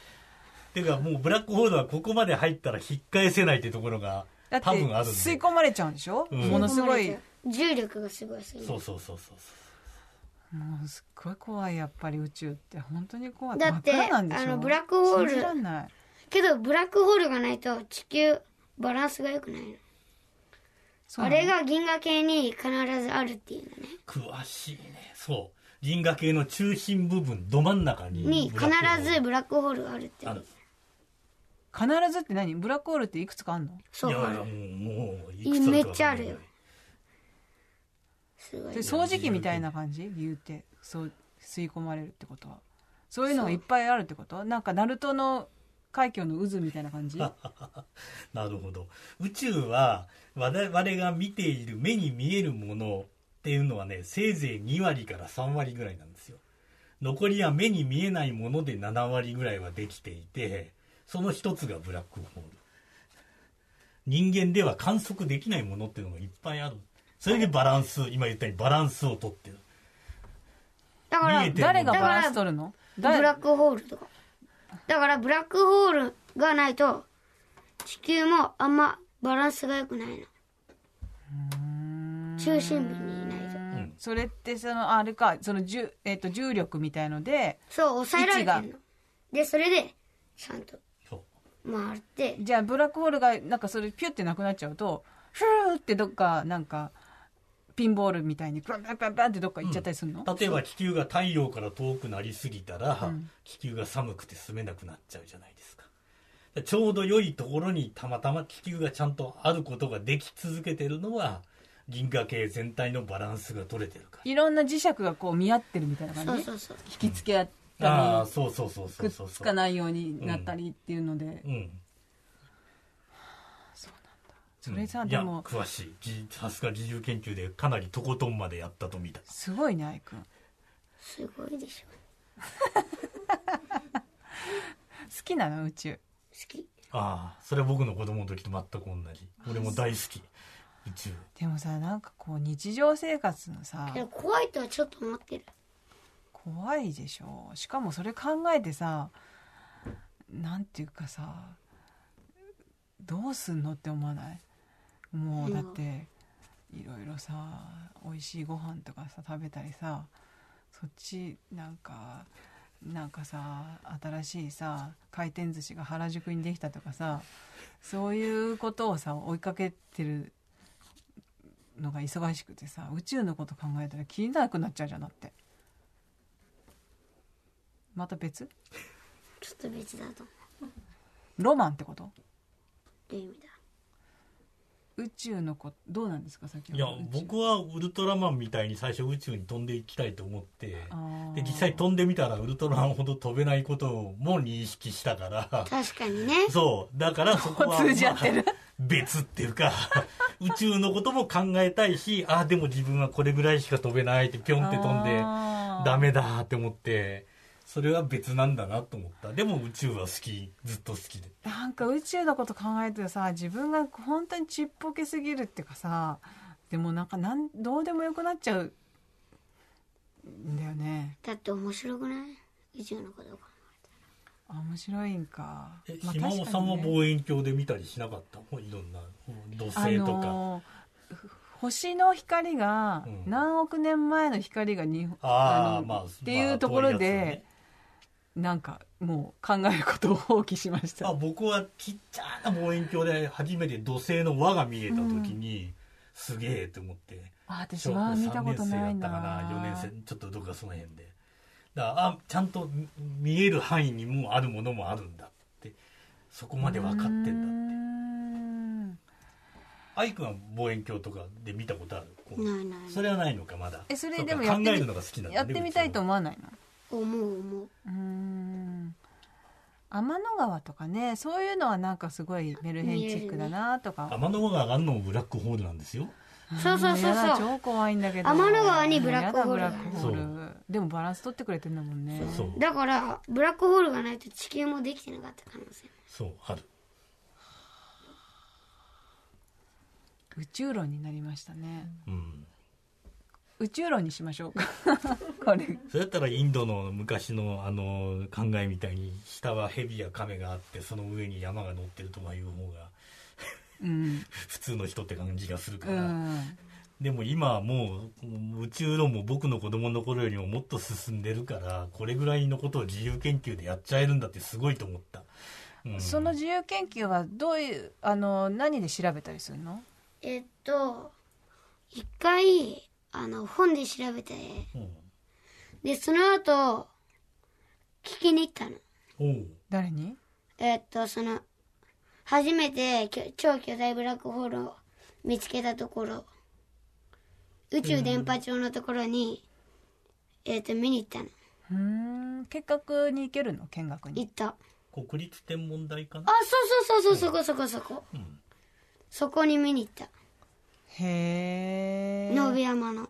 [SPEAKER 4] てかもうブラックホールはここまで入ったら引っ返せないってところが
[SPEAKER 2] だって
[SPEAKER 4] 多分あるんで
[SPEAKER 2] 吸い込まれちゃうんでしょ、
[SPEAKER 4] うん
[SPEAKER 2] ものすごい
[SPEAKER 3] 重力がすごいすぎ
[SPEAKER 4] そう
[SPEAKER 3] る
[SPEAKER 4] そうそうそう
[SPEAKER 2] もうすっごい怖いやっぱり宇宙って本当に怖い
[SPEAKER 3] だって
[SPEAKER 2] 真暗なんでしょ
[SPEAKER 3] あのブラックホール
[SPEAKER 2] 信じらんない
[SPEAKER 3] けどブラックホールがないと地球バランスが良くないの
[SPEAKER 2] そう
[SPEAKER 3] あ
[SPEAKER 2] なの
[SPEAKER 3] れが銀河系に必ずあるっていうのね
[SPEAKER 4] 詳しいねそう銀河系の中心部分ど真ん中に
[SPEAKER 3] に
[SPEAKER 4] ブラックホール
[SPEAKER 3] 必ずブラックホールがあるってい
[SPEAKER 4] あ
[SPEAKER 3] う
[SPEAKER 4] る
[SPEAKER 2] 必ずって何ブラックホールっていくつかあんの
[SPEAKER 4] い
[SPEAKER 3] そう
[SPEAKER 4] やいや
[SPEAKER 3] あ
[SPEAKER 4] も
[SPEAKER 3] る
[SPEAKER 4] うもういくつるかわかんない
[SPEAKER 3] めっちゃあるよすごい
[SPEAKER 2] で掃除機みたいな感じ言うてそう吸い込まれるってことはそういうのがいっぱいあるってことなんかナルトの海峡の渦みたいな感じ
[SPEAKER 4] なるほど宇宙は我々が見ている目に見えるものっていうのはねせいぜい2割から3割ぐらいなんですよ残りは目に見えないもので7割ぐらいはできていてその一つがブラックホール人間では観測できないものっていうのがいっぱいあるそれでバランス今言ったようにバランスをとってる
[SPEAKER 3] だから
[SPEAKER 4] 見えて
[SPEAKER 2] 誰がバランス取るの
[SPEAKER 3] ブ
[SPEAKER 2] 誰
[SPEAKER 3] ラックホールとかだからブラックホールがないと地球もあんまバランスが良くないの中心部にいないと
[SPEAKER 4] うん
[SPEAKER 2] それってそのあれかその重,、えっと重力みたいので
[SPEAKER 3] そう抑えられて
[SPEAKER 2] 位置
[SPEAKER 3] るのでそれでちゃんと
[SPEAKER 4] そう
[SPEAKER 3] 回って
[SPEAKER 2] じゃあブラックホールがなんかそれピュってなくなっちゃうとフーってどっかなんかピンボールみたいにバンバンバンバンってどっか行っちゃったりするの、
[SPEAKER 4] 例えば気球が太陽から遠くなりすぎた
[SPEAKER 2] う
[SPEAKER 4] ら、
[SPEAKER 2] ん
[SPEAKER 4] 気球が寒くて住めなくなっちゃうじゃないですかだからちょうど良いところにたまたま気球がちゃんとあることができ続けてるのは銀河系全体のバランスが取れてるから
[SPEAKER 2] いろんな磁石がこう見合ってるみたいな感じ
[SPEAKER 3] そうそうそう
[SPEAKER 2] 引きつけ合っ
[SPEAKER 4] あ
[SPEAKER 2] た
[SPEAKER 4] あ
[SPEAKER 2] り
[SPEAKER 4] そうそうそうそ
[SPEAKER 2] く
[SPEAKER 4] う
[SPEAKER 2] っ
[SPEAKER 4] そう
[SPEAKER 2] つかないようになったりっていうので、
[SPEAKER 4] うん
[SPEAKER 2] そうなんだそれさ、
[SPEAKER 4] うんい
[SPEAKER 2] で
[SPEAKER 4] や
[SPEAKER 2] も
[SPEAKER 4] 詳しいぎさすが自由研究でかなりとことんまでやったと見た
[SPEAKER 2] すごいねアイくん好
[SPEAKER 3] すごいでしょ
[SPEAKER 2] きなの宇宙
[SPEAKER 3] 好き
[SPEAKER 4] ああそれは僕の子供の時と全く同じ俺も大好き宇宙
[SPEAKER 2] でもさなんかこう日常生活のさ
[SPEAKER 3] けど怖いとはちょっと思ってる
[SPEAKER 2] 怖いでしょしかもそれ考えてさなんていうかさどうすんのって思わないもうだっていろいろさ美味しいご飯とかさ食べたりさそっちなんかなんかさ新しいさ回転寿司が原宿にできたとかさそういうことをさ追いかけてるのが忙しくてさ宇宙のこと考えたら気にならなくなっちゃうじゃんだってまた別
[SPEAKER 3] ちょっと別だと思
[SPEAKER 2] ロマンってこと
[SPEAKER 3] うっていう意味だ
[SPEAKER 2] 宇宙のことどうなんですか先ほ
[SPEAKER 4] いや
[SPEAKER 2] ど宇宙
[SPEAKER 4] 僕はウルトラマンみたいに最初宇宙に飛んでいきたいと思って
[SPEAKER 2] あー
[SPEAKER 4] で実際飛んでみたらウルトラマンほど飛べないことも認識したから
[SPEAKER 3] 確かにね
[SPEAKER 4] そうだからそこは、
[SPEAKER 2] [LAUGHS] 通じ合ってる
[SPEAKER 4] まあ別っていう
[SPEAKER 2] [LAUGHS]
[SPEAKER 4] か宇宙のことも考えたいしあでも自分はこれぐらいしか飛べないってピョンって飛んで
[SPEAKER 2] あー
[SPEAKER 4] ダメだって思ってそれは別なんだなと思ったでも宇宙は好きずっと好きで
[SPEAKER 2] なんか宇宙のこと考えてさ自分が本当にちっぽけすぎるっていうかさでもなんかなんどうでもよくなっちゃうんだよね
[SPEAKER 3] だって面白くない宇宙のことが
[SPEAKER 2] あ面白いんか
[SPEAKER 4] え、
[SPEAKER 2] まあ
[SPEAKER 4] 島尾さんは
[SPEAKER 2] 確かにね
[SPEAKER 4] 望遠鏡で見たりしなかったもういろんな土星と
[SPEAKER 2] あ
[SPEAKER 4] か、
[SPEAKER 2] のーふ星の光が
[SPEAKER 4] うん
[SPEAKER 2] 何億年前の光が日本
[SPEAKER 4] ああ
[SPEAKER 2] の
[SPEAKER 4] まあ
[SPEAKER 2] っていうところで、
[SPEAKER 4] まあ遠いやつね
[SPEAKER 2] なんかもう考えることを放棄しました
[SPEAKER 4] あ僕はちっちゃな望遠鏡で初めて土星の輪が見えた時に、すげえと思って
[SPEAKER 2] あ私
[SPEAKER 4] 小学
[SPEAKER 2] は
[SPEAKER 4] 校
[SPEAKER 2] 見た
[SPEAKER 4] 3
[SPEAKER 2] こ
[SPEAKER 4] 年
[SPEAKER 2] と
[SPEAKER 4] 生
[SPEAKER 2] な
[SPEAKER 4] や
[SPEAKER 2] い
[SPEAKER 4] った
[SPEAKER 2] な
[SPEAKER 4] かな4年生ちょっとどっかその辺でだからあちゃんと見見える範囲にもうあるものもあるんだってそこまで分かってんだって
[SPEAKER 2] んだ
[SPEAKER 4] アイくんは望遠鏡とかで見たことあるこう
[SPEAKER 3] ないないない
[SPEAKER 4] それはないのかまだ
[SPEAKER 2] えそれ
[SPEAKER 4] うか
[SPEAKER 2] でもやってみ
[SPEAKER 4] 考えるのが好きなんだね
[SPEAKER 2] やってみたいと
[SPEAKER 4] う
[SPEAKER 2] 思わないの
[SPEAKER 3] 思う思う
[SPEAKER 2] うーん天の川とかねそういうのはなんかすごいメルヘンチックだなと
[SPEAKER 4] ちは
[SPEAKER 2] か、
[SPEAKER 4] 天の川が上がるのもブラックホールなんですよ
[SPEAKER 3] そうそうそう
[SPEAKER 2] やだ
[SPEAKER 3] そう
[SPEAKER 2] 超怖いんだけど
[SPEAKER 3] 天の川にブラックホール
[SPEAKER 2] やだブラックホール
[SPEAKER 4] そ
[SPEAKER 2] でもバランス取ってくれてんだもんね
[SPEAKER 4] そう
[SPEAKER 3] だからブラックホールがないと地球もできてなかった可能性
[SPEAKER 4] そうある
[SPEAKER 2] 宇宙論になりましたね
[SPEAKER 4] うん
[SPEAKER 2] 宇宙論にしましょうか [LAUGHS] これ
[SPEAKER 4] それだったらインドの昔のあの考えみたいに下は蛇や亀があってその上に山が乗ってるとかいう方が
[SPEAKER 2] うん、
[SPEAKER 4] 普通の人って感じがするか
[SPEAKER 2] う
[SPEAKER 4] ら、
[SPEAKER 2] ん、
[SPEAKER 4] でも今はもうもう宇宙論も僕の子供の頃よりももっと進んでるからこれぐらいのことを自由研究でやっちゃえるんだってすごいと思った、うん
[SPEAKER 2] その自由研究はどういうあの何で調べたりするの
[SPEAKER 3] えっと一回あの本で調べて
[SPEAKER 4] うん
[SPEAKER 3] でその後聞きに行ったの
[SPEAKER 4] おう
[SPEAKER 2] 誰に
[SPEAKER 3] えっとその初めてきょ超巨大ブラックホールを見つけたところ宇宙電波帳のところに、えっと見に行ったの
[SPEAKER 2] うーん見学に行けるの見学に
[SPEAKER 3] 行った
[SPEAKER 4] 国立天文台か
[SPEAKER 3] あ
[SPEAKER 4] な、
[SPEAKER 3] そうそうそうそうそこそこそこ
[SPEAKER 4] うん、
[SPEAKER 3] そこに見に行った
[SPEAKER 2] へえ
[SPEAKER 3] 野辺山の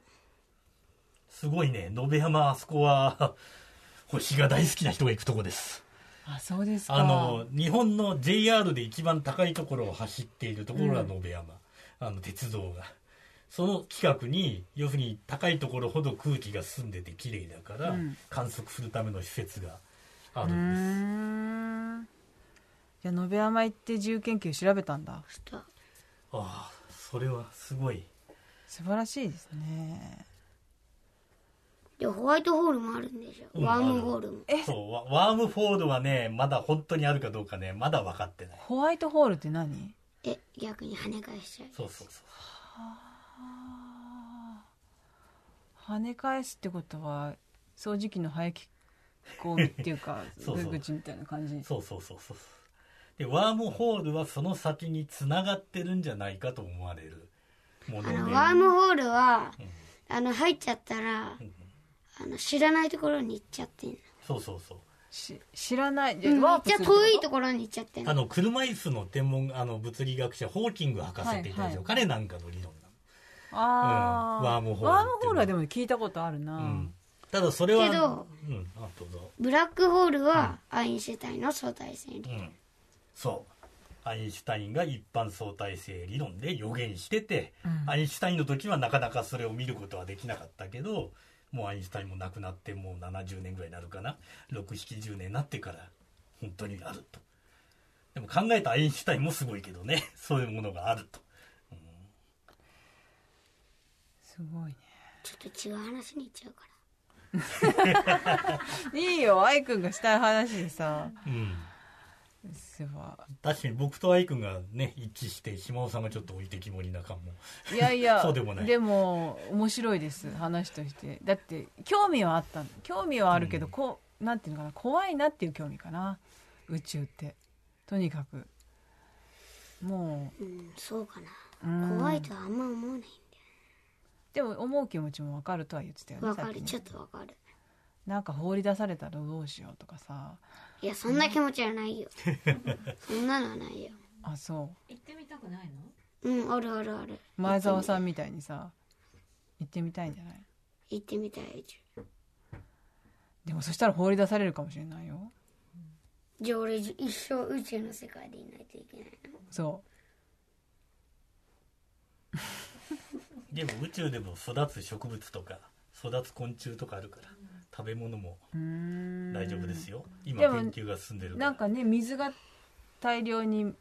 [SPEAKER 4] すごいね野辺山あそこは [LAUGHS] 星が大好きな人が行くとこです
[SPEAKER 2] あそうですか
[SPEAKER 4] あの日本の JR で一番高いところを走っているところは野辺山、あの鉄道がその近くに要するに高いところほど空気が澄んでて綺麗だから、
[SPEAKER 2] うん
[SPEAKER 4] 観測するための施設があ
[SPEAKER 2] う
[SPEAKER 4] る
[SPEAKER 2] ー
[SPEAKER 4] んです、
[SPEAKER 2] んじゃあ野辺山行って自由研究調べたんだ
[SPEAKER 3] 人
[SPEAKER 4] ああそれはすごい
[SPEAKER 2] 素晴らしいですね
[SPEAKER 3] でホワイトホールもあるんでしょ、
[SPEAKER 4] うん
[SPEAKER 3] ワームホールも
[SPEAKER 2] え
[SPEAKER 4] そうワワームフォールはねまだ本当にあるかどうかねまだ分かってない
[SPEAKER 2] ホワイトホールって何
[SPEAKER 3] え逆に跳ね返しちゃう
[SPEAKER 4] そうそうそう
[SPEAKER 2] 跳ね返すってことは掃除機の排気口っていうか
[SPEAKER 4] [LAUGHS] そうそう
[SPEAKER 2] 出口みたいな感じ
[SPEAKER 4] そうそうそうそうでワームホールはその先に繋がってるんじゃないかと思われるもの
[SPEAKER 3] あ
[SPEAKER 4] で
[SPEAKER 3] のワームホールは、あの入っちゃったら、あの知らないところに行っちゃってんの
[SPEAKER 4] そうそうそう
[SPEAKER 2] し知らないで
[SPEAKER 3] うんめ
[SPEAKER 2] ワー
[SPEAKER 3] っ
[SPEAKER 2] プ
[SPEAKER 3] ち
[SPEAKER 2] す
[SPEAKER 3] ゃ
[SPEAKER 2] るって
[SPEAKER 3] 遠い
[SPEAKER 2] こと
[SPEAKER 3] ころに行っちゃってん
[SPEAKER 4] あ
[SPEAKER 3] の
[SPEAKER 4] の車椅子の天文あの物理学者ホーキング博士っていたでしょ、
[SPEAKER 2] はいはい
[SPEAKER 4] 彼なんかの理論
[SPEAKER 2] あ
[SPEAKER 4] うんワームホールって
[SPEAKER 2] ワームホールはでも聞いたことあるな、
[SPEAKER 4] なの、うん、ただそれは
[SPEAKER 3] けど
[SPEAKER 4] うん、あどうぞ、
[SPEAKER 3] ブラックホールは、アインシュタインの相対性理
[SPEAKER 4] う
[SPEAKER 3] 論、
[SPEAKER 4] ん、そうアインシュタインが一般相対性理論で予言してて、
[SPEAKER 2] うん
[SPEAKER 4] アインシュタインの時はなかなかそれを見ることはできなかったけどもうアインシュタインも亡くなってもう70年ぐらいになるかな670年になってから本当にあるとでも考えたアインシュタインもすごいけどねそういうものがあると
[SPEAKER 2] すごいね
[SPEAKER 3] ちょっと違う話に行っちゃうから
[SPEAKER 2] いいよ愛くんがしたい話でさ
[SPEAKER 4] うん
[SPEAKER 2] すわ
[SPEAKER 4] 確かに僕と愛くんがね一致して島尾さんがちょっと置いてきぼりな感も
[SPEAKER 2] いやいや
[SPEAKER 4] そうでもない
[SPEAKER 2] も面白いです話としてだって興味はあったの興味はあるけど、
[SPEAKER 4] うん
[SPEAKER 2] こうなんていうのかな怖いなっていう興味かな宇宙ってとにかくも
[SPEAKER 3] うんそうかな、
[SPEAKER 2] ううん
[SPEAKER 3] 怖いとはあんま思わないんだ
[SPEAKER 2] でも思う気持ちも分かるとは言ってたよ
[SPEAKER 3] よ
[SPEAKER 2] ね
[SPEAKER 3] わか
[SPEAKER 2] さっき
[SPEAKER 3] る
[SPEAKER 2] ね
[SPEAKER 3] ちょっとわかる
[SPEAKER 2] なんか放り出されたらどうしようとかさ
[SPEAKER 3] いやそんな気持ちはない
[SPEAKER 2] [LAUGHS]
[SPEAKER 3] よそんなのはないよ
[SPEAKER 2] あそ
[SPEAKER 1] 行ってみたくないの
[SPEAKER 3] うんあるあるある
[SPEAKER 2] う前澤さんみたいにさ行ってみたいんじゃない
[SPEAKER 3] 行ってみたい宇宙
[SPEAKER 2] でもそしたら放り出されるかもしれないよ
[SPEAKER 3] じゃあ俺一生宇宙の世界でいないといけないの
[SPEAKER 2] そ
[SPEAKER 4] でも宇宙でも育つ植物とか育つ昆虫とかあるから食べ物も
[SPEAKER 2] ううーん
[SPEAKER 4] 大丈夫ですよ今
[SPEAKER 2] でも
[SPEAKER 4] 研究が進んでるから
[SPEAKER 2] なんかね水が大量に
[SPEAKER 4] うん、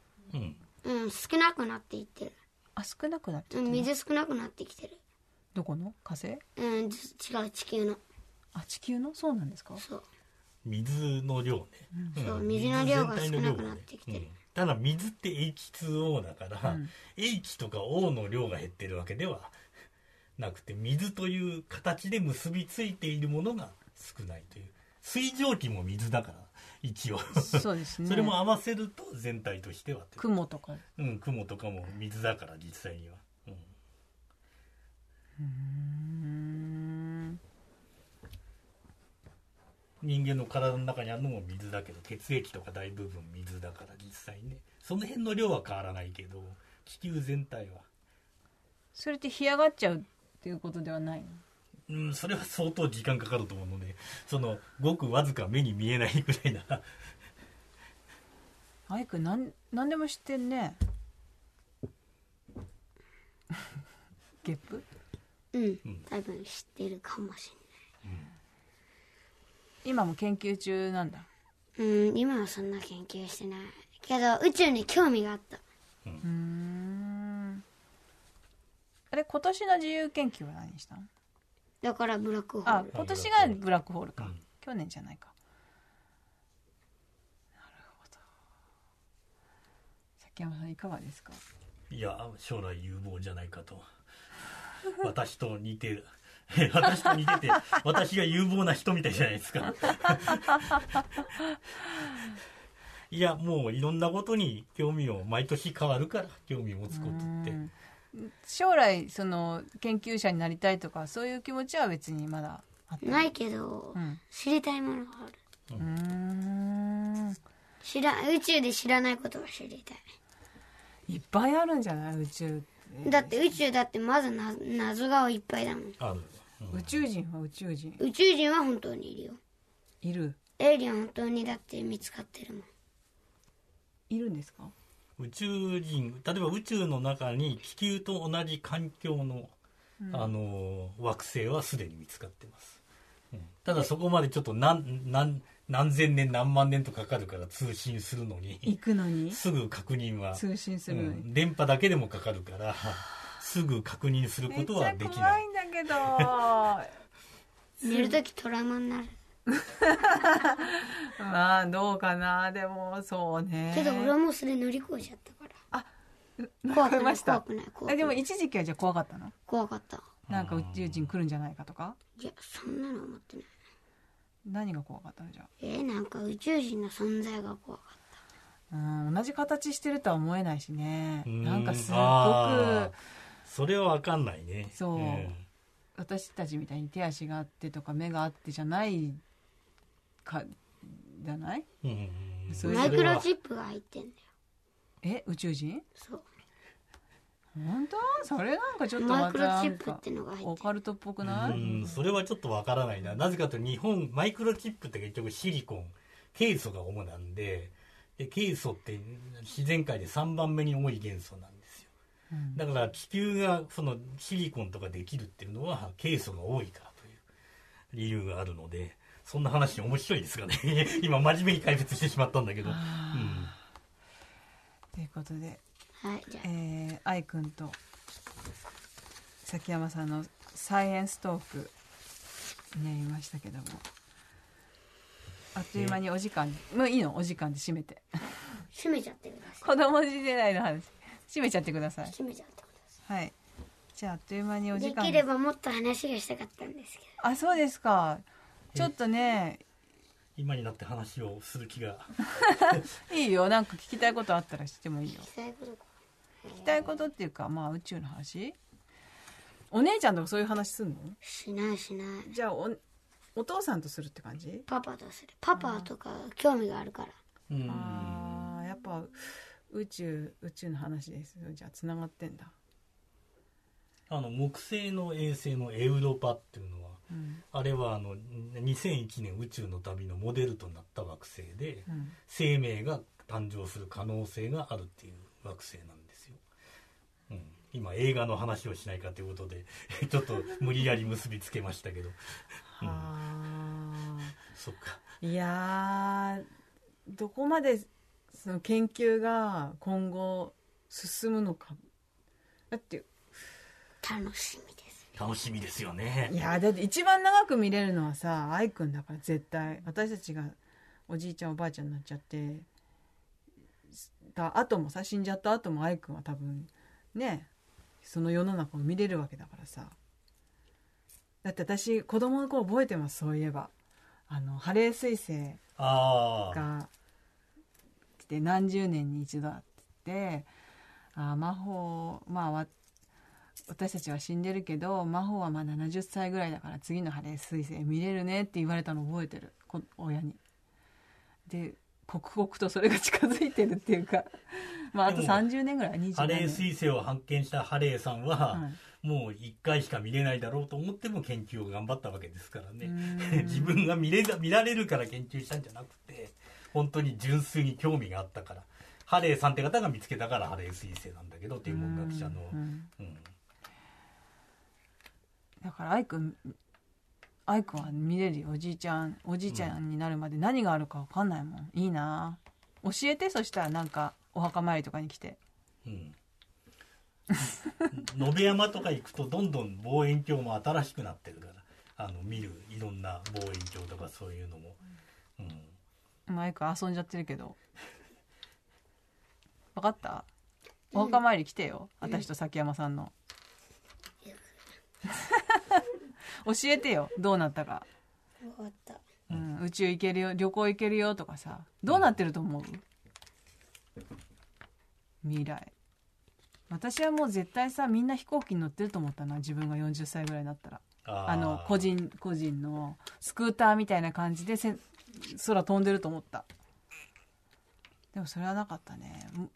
[SPEAKER 3] うん少なくなっていってる、
[SPEAKER 2] あ少なくなっちゃ
[SPEAKER 3] う
[SPEAKER 2] った
[SPEAKER 3] ん、
[SPEAKER 2] ね
[SPEAKER 3] 水少なくなってきてる
[SPEAKER 2] どこの火星
[SPEAKER 3] うんず違う地球の
[SPEAKER 2] あ地球のそうなんです
[SPEAKER 4] [LAUGHS]
[SPEAKER 2] か
[SPEAKER 3] そう
[SPEAKER 4] 水の量ね、ん
[SPEAKER 3] そう水の量が
[SPEAKER 4] 水全体
[SPEAKER 3] 少な
[SPEAKER 4] の
[SPEAKER 3] くなってきてる
[SPEAKER 4] うんただ水って H2O だから、
[SPEAKER 2] うん
[SPEAKER 4] H とか O の量が減ってるわけではなくて水という形で結びついているものが少ないという水蒸気も水だから一応
[SPEAKER 2] そうですね
[SPEAKER 4] それも合わせると全体としてはっていう
[SPEAKER 2] 雲とか
[SPEAKER 4] うん、雲とかも水だから実際には、うん
[SPEAKER 2] うん
[SPEAKER 4] 人間の体の中にあるのも水だけど血液とか大部分水だから実際ねその辺の量は変わらないけど地球全体は
[SPEAKER 2] それって干上がっちゃうっていうことではないの
[SPEAKER 4] うん、それは相当時間かかると思うので、その、ごくわずか目に見えないぐらいな、
[SPEAKER 2] アイくんなん何でも知ってんね [LAUGHS] ゲップ
[SPEAKER 3] うん
[SPEAKER 4] ん
[SPEAKER 3] 多分知ってるかもし
[SPEAKER 2] 今も研究中なんだ
[SPEAKER 3] れないうん今はそんな研究してないけど宇宙に興味があった
[SPEAKER 2] うーんあれ今年の自由研究は何したの
[SPEAKER 3] だからブラックホー
[SPEAKER 2] あ
[SPEAKER 3] ル
[SPEAKER 2] 今年がブラックホールか、
[SPEAKER 4] うん
[SPEAKER 2] 去年じゃないかなるほど崎山さんいかがですか
[SPEAKER 4] いや、将来有望じゃないかと。私と似てる。 [LAUGHS] え私と似てて、私が有望な人みたいじゃないですか。 [LAUGHS] いや、もういろんなことに興味を、毎年変わるから、興味を持つことって。
[SPEAKER 2] うん将来その研究者になりたいとかそういう気持ちは別にまだあった
[SPEAKER 3] ないけど、
[SPEAKER 2] うん
[SPEAKER 3] 知りたいものがある
[SPEAKER 2] うーん
[SPEAKER 3] 知ら宇宙で知らないことが知りたい
[SPEAKER 2] いっぱいあるんじゃない宇宙
[SPEAKER 3] だって宇宙だってまずな謎がいっぱいだもん
[SPEAKER 4] ある。うん
[SPEAKER 2] 宇宙人は宇宙人
[SPEAKER 3] 宇宙人は本当にいるよ
[SPEAKER 2] いる
[SPEAKER 3] エイリアン本当にだって見つかってるもん
[SPEAKER 2] いるんですか
[SPEAKER 4] 宇宙人例えば宇宙の中に地球と同じ環境の、あの惑星はすでに見つかってます、うんただそこまでちょっと何何何千年何万年とかかるから通信するの
[SPEAKER 2] 行
[SPEAKER 4] に
[SPEAKER 2] くのに
[SPEAKER 4] すぐ確認は、
[SPEAKER 2] 通信するのに、
[SPEAKER 4] うん電波だけでもかかるから [LAUGHS] すぐ確認する
[SPEAKER 2] め
[SPEAKER 4] こ
[SPEAKER 2] っち
[SPEAKER 4] と
[SPEAKER 2] ゃ
[SPEAKER 4] はできな
[SPEAKER 2] 怖
[SPEAKER 4] い
[SPEAKER 2] いんだけど [LAUGHS]
[SPEAKER 3] 寝るときトラウマになる
[SPEAKER 2] まあどうかなでもそうね
[SPEAKER 3] けど俺はもうそれ乗り越えちゃったから
[SPEAKER 2] 乗り
[SPEAKER 3] 怖
[SPEAKER 2] 越え
[SPEAKER 3] くな
[SPEAKER 2] ま
[SPEAKER 3] い
[SPEAKER 2] し
[SPEAKER 3] 怖
[SPEAKER 2] た
[SPEAKER 3] くない怖
[SPEAKER 2] え
[SPEAKER 3] く
[SPEAKER 2] で
[SPEAKER 3] な
[SPEAKER 2] も
[SPEAKER 3] い
[SPEAKER 2] 一時期はじゃあ怖かったの
[SPEAKER 3] 怖かった
[SPEAKER 2] なんか宇宙人来るんじゃないかとか
[SPEAKER 3] いやそんなの思ってない
[SPEAKER 2] 何が怖かったのじゃ
[SPEAKER 3] えーなんか宇宙人の存在が怖かっ
[SPEAKER 2] あうん同じ形してるとは思えないしね
[SPEAKER 4] うん
[SPEAKER 2] なんかすっご
[SPEAKER 4] あーそれは分かんないね
[SPEAKER 2] そうんく私たちみたいに手足があってとか目があってじゃないかじゃない
[SPEAKER 4] うんうんうん
[SPEAKER 2] そ
[SPEAKER 3] た
[SPEAKER 2] れ
[SPEAKER 3] マ
[SPEAKER 2] は
[SPEAKER 3] イクロチップが入ってんだよ
[SPEAKER 2] え宇宙人
[SPEAKER 3] そう
[SPEAKER 2] 本当それなんかちょっと
[SPEAKER 3] マ
[SPEAKER 2] ま
[SPEAKER 3] イクロ
[SPEAKER 2] たな
[SPEAKER 3] チ
[SPEAKER 2] ん
[SPEAKER 3] ップっ
[SPEAKER 2] か
[SPEAKER 3] てのが入
[SPEAKER 2] オ
[SPEAKER 3] ってる
[SPEAKER 2] カルトっぽくない、
[SPEAKER 4] うん、それはちょっとわからないな。なぜかというと日本、マイクロチップって結局シリコン、ケイ素が主なんで、で、ケイ素って自然界で3番目に重い元素なんですよ。
[SPEAKER 2] うん
[SPEAKER 4] だから地球がそのシリコンとかできるっていうのは、ケイ素が多いからという理由があるので、そんな話面白いですかね。 [LAUGHS] 今真面目に解説してしまったんだけど。うん
[SPEAKER 2] あーということで
[SPEAKER 3] はいじゃあ
[SPEAKER 2] えー、愛くんと崎山さんのサイエンストークになりましたけどもあっという間にお時間もういいのお時間で締めて
[SPEAKER 3] 閉めちゃってくださ
[SPEAKER 2] [LAUGHS] 子供時代の話締めちゃってくださ
[SPEAKER 3] い
[SPEAKER 2] い
[SPEAKER 3] 閉めちゃってくださ
[SPEAKER 2] はいじゃああっという間にお
[SPEAKER 3] い
[SPEAKER 2] 時
[SPEAKER 3] で
[SPEAKER 2] 間
[SPEAKER 3] きればもっと話がしたかったんですけ
[SPEAKER 2] あそうですかちょっとね
[SPEAKER 4] 今になって話をする気が。
[SPEAKER 2] いいよなんか聞きたいことあったらしてもいいよ
[SPEAKER 3] ど伝えことか
[SPEAKER 2] 聞きたいことっていうかまあ宇宙の話お姉ちゃんとかそういう話すんの
[SPEAKER 3] しないしない
[SPEAKER 2] じゃあおお父さんとするって感じ
[SPEAKER 3] パパとするパパとか興味があるから
[SPEAKER 4] うん。
[SPEAKER 2] あーやっぱ宇宙宇宙の話ですよじゃあつながってんだ、
[SPEAKER 4] あの木星の衛星のエウロパっていうのは、
[SPEAKER 2] うん
[SPEAKER 4] あれはあの2001年宇宙の旅のモデルとなった惑星で
[SPEAKER 2] うん
[SPEAKER 4] 生命が誕生する可能性があるっていう惑星なんですよ、うん、今映画の話をしないかということで [LAUGHS] ちょっと無理やり結びつけましたけどうん
[SPEAKER 2] は
[SPEAKER 4] そっか
[SPEAKER 2] あいやーどこまでその研究が今後進むのかだって
[SPEAKER 3] 楽しみです
[SPEAKER 4] 楽しみですよね
[SPEAKER 2] いやーだって一番長く見れるのはさ愛くんだから絶対私たちがおじいちゃんおばあちゃんになっちゃってた後もさ死んじゃった後も愛くんは多分ねその世の中を見れるわけだからさだって私子供の頃覚えてますそういえばあのハレー彗星
[SPEAKER 4] ああ
[SPEAKER 2] が来て何十年に一度あってあー魔法まあわ私たちは死んでるけど魔法はまあ70歳ぐらいだから次の晴れ彗星見れるねって言われたの覚えてるこ親に。で刻々とそれが近づいてるっていうかまああと
[SPEAKER 4] でも
[SPEAKER 2] 30年ぐらい20年
[SPEAKER 4] ハレー彗星を発見したハレーさんは、
[SPEAKER 2] は
[SPEAKER 4] もう1回しか見れないだろうと思っても研究を頑張ったわけですから
[SPEAKER 2] い、う
[SPEAKER 4] ね、
[SPEAKER 2] ーん
[SPEAKER 4] [LAUGHS] 自分が見れた見られるから研究したんじゃなくて本当に純粋に興味があったからハレーさんって方が見つけたからハレー彗星なんだけど天文学者の、
[SPEAKER 2] うんうん
[SPEAKER 4] うん
[SPEAKER 2] だからアイくんアイくんは見れるよおじいちゃんおじいちゃんになるまで何があるか分かんないもんいいな教えてそしたらなんかお墓参りとかに来て
[SPEAKER 4] うん、 [LAUGHS] 野辺山とか行くとどんどん望遠鏡も新しくなってるからあの見るいろんな望遠鏡とかそういうのも、うん、
[SPEAKER 2] まあアイくん遊んじゃってるけど分かったお墓参り来てよ、私と崎山さんの [LAUGHS] 教えてよどうなったか、
[SPEAKER 3] 分かった
[SPEAKER 2] うん、宇宙行けるよ旅行行けるよとかさどうなってると思う未来私はもう絶対さみんな飛行機に乗ってると思ったな自分が40歳ぐらいになったら
[SPEAKER 4] あー
[SPEAKER 2] あの個人個人のスクーターみたいな感じでせ空飛んでると思ったでもそれはなかったねむ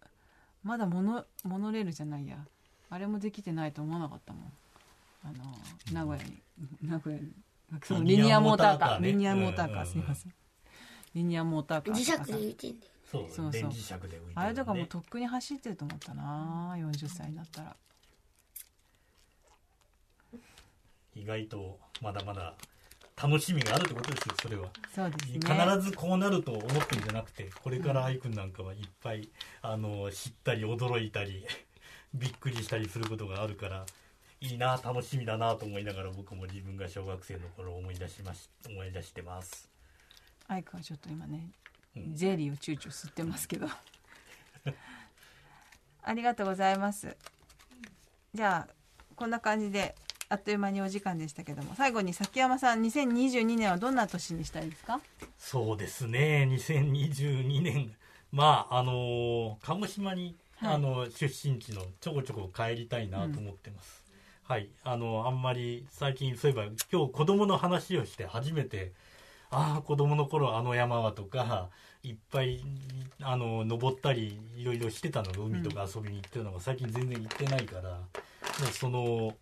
[SPEAKER 2] まだモノモノレールじゃないやあれもできてないと思わなかったもんあの名古屋に名古屋にそのリニアモーターカー
[SPEAKER 4] リ
[SPEAKER 2] リ
[SPEAKER 4] ニ
[SPEAKER 2] ニ
[SPEAKER 4] ア
[SPEAKER 2] ア
[SPEAKER 4] モ
[SPEAKER 2] モ
[SPEAKER 4] ー
[SPEAKER 2] ータ
[SPEAKER 4] ター
[SPEAKER 2] ーカー
[SPEAKER 4] カーね
[SPEAKER 2] すみませんリニアモーターカー
[SPEAKER 3] 磁
[SPEAKER 2] と
[SPEAKER 3] 石
[SPEAKER 2] か
[SPEAKER 3] で
[SPEAKER 2] さ
[SPEAKER 3] 言うてんだよ
[SPEAKER 4] そう
[SPEAKER 2] そうそう
[SPEAKER 4] 電磁石で浮いてる、ね、
[SPEAKER 2] あれとかもうとっくに走ってると思ったな40歳になったら
[SPEAKER 4] 意外とまだまだ楽しみがあるってことですよそれは。
[SPEAKER 2] そうですね
[SPEAKER 4] 必ずこうなると思ってるんじゃなくてこれからアイくんなんかはいっぱいあの知ったり驚いたり [LAUGHS] びっくりしたりすることがあるからいいな楽しみだなと思いながら僕も自分が小学生の頃を思い出しまし思い出してます
[SPEAKER 2] アイクはちょっと今ね、
[SPEAKER 4] うん
[SPEAKER 2] ゼリーをチューチュー吸ってますけど [LAUGHS] ありがとうございますじゃあこんな感じであっという間にお時間でしたけども最後に崎山さん2022年はどんな年にしたいですか
[SPEAKER 4] そうですね2022年まああの鹿児島に、
[SPEAKER 2] はい
[SPEAKER 4] あの出身地のちょこちょこ帰りたいなと思ってます、はいあのあんまり最近そういえば今日子供の話をして初めてああ子供の頃あの山はとかいっぱいあの登ったりいろいろしてたのが海とか遊びに行ってたのが最近全然行ってないから、もうその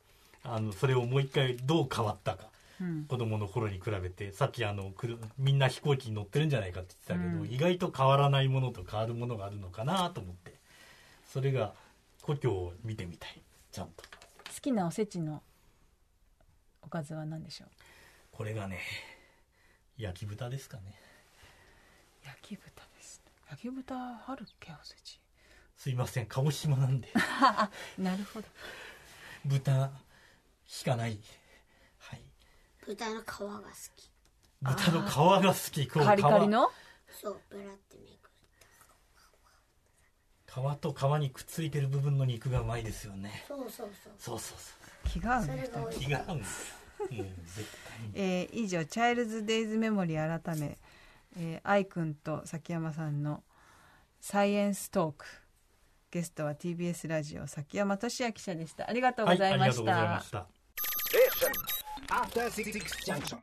[SPEAKER 4] あのそれをもう一回どう変わったか
[SPEAKER 2] うん
[SPEAKER 4] 子供の頃に比べてさっきあのくるみんな飛行機に乗ってるんじゃないかって言ってたけど、
[SPEAKER 2] うん
[SPEAKER 4] 意外と変わらないものと変わるものがあるのかなと思ってそれが故郷を見てみたいちゃんと
[SPEAKER 2] 好きなおせちのおかずは何でしょう
[SPEAKER 4] これがね焼き豚ですかね
[SPEAKER 2] 焼き豚です焼き豚あるっけおせち
[SPEAKER 4] すいません鹿児島な
[SPEAKER 2] [LAUGHS]
[SPEAKER 4] んで
[SPEAKER 2] なるほど
[SPEAKER 4] 豚しかないはい
[SPEAKER 3] 豚の皮が好き
[SPEAKER 4] 豚の皮が好きこう
[SPEAKER 2] カリカリの
[SPEAKER 3] そうブラってめくる
[SPEAKER 4] 皮皮と皮にくっついてる部分の肉がうまいですよね
[SPEAKER 3] そうそうそう
[SPEAKER 4] そうそうそ
[SPEAKER 2] 気が合う
[SPEAKER 3] そ
[SPEAKER 2] ね
[SPEAKER 3] れが美
[SPEAKER 4] う
[SPEAKER 2] [LAUGHS]
[SPEAKER 3] 味し
[SPEAKER 4] 気
[SPEAKER 3] い
[SPEAKER 4] が合うんですよもう絶対に
[SPEAKER 2] えー以上「チャイルズ・デイズ・メモリー」改め、えー、愛くんと崎山さんのサイエンストークゲストは TBS ラジオ崎山俊也記者でしたありがとう
[SPEAKER 4] は
[SPEAKER 2] ご
[SPEAKER 4] い
[SPEAKER 2] ざ
[SPEAKER 4] あ
[SPEAKER 2] い
[SPEAKER 4] り
[SPEAKER 2] ま
[SPEAKER 4] がとう
[SPEAKER 2] し
[SPEAKER 4] ござい
[SPEAKER 2] た
[SPEAKER 4] まし。た
[SPEAKER 5] After Six Junction.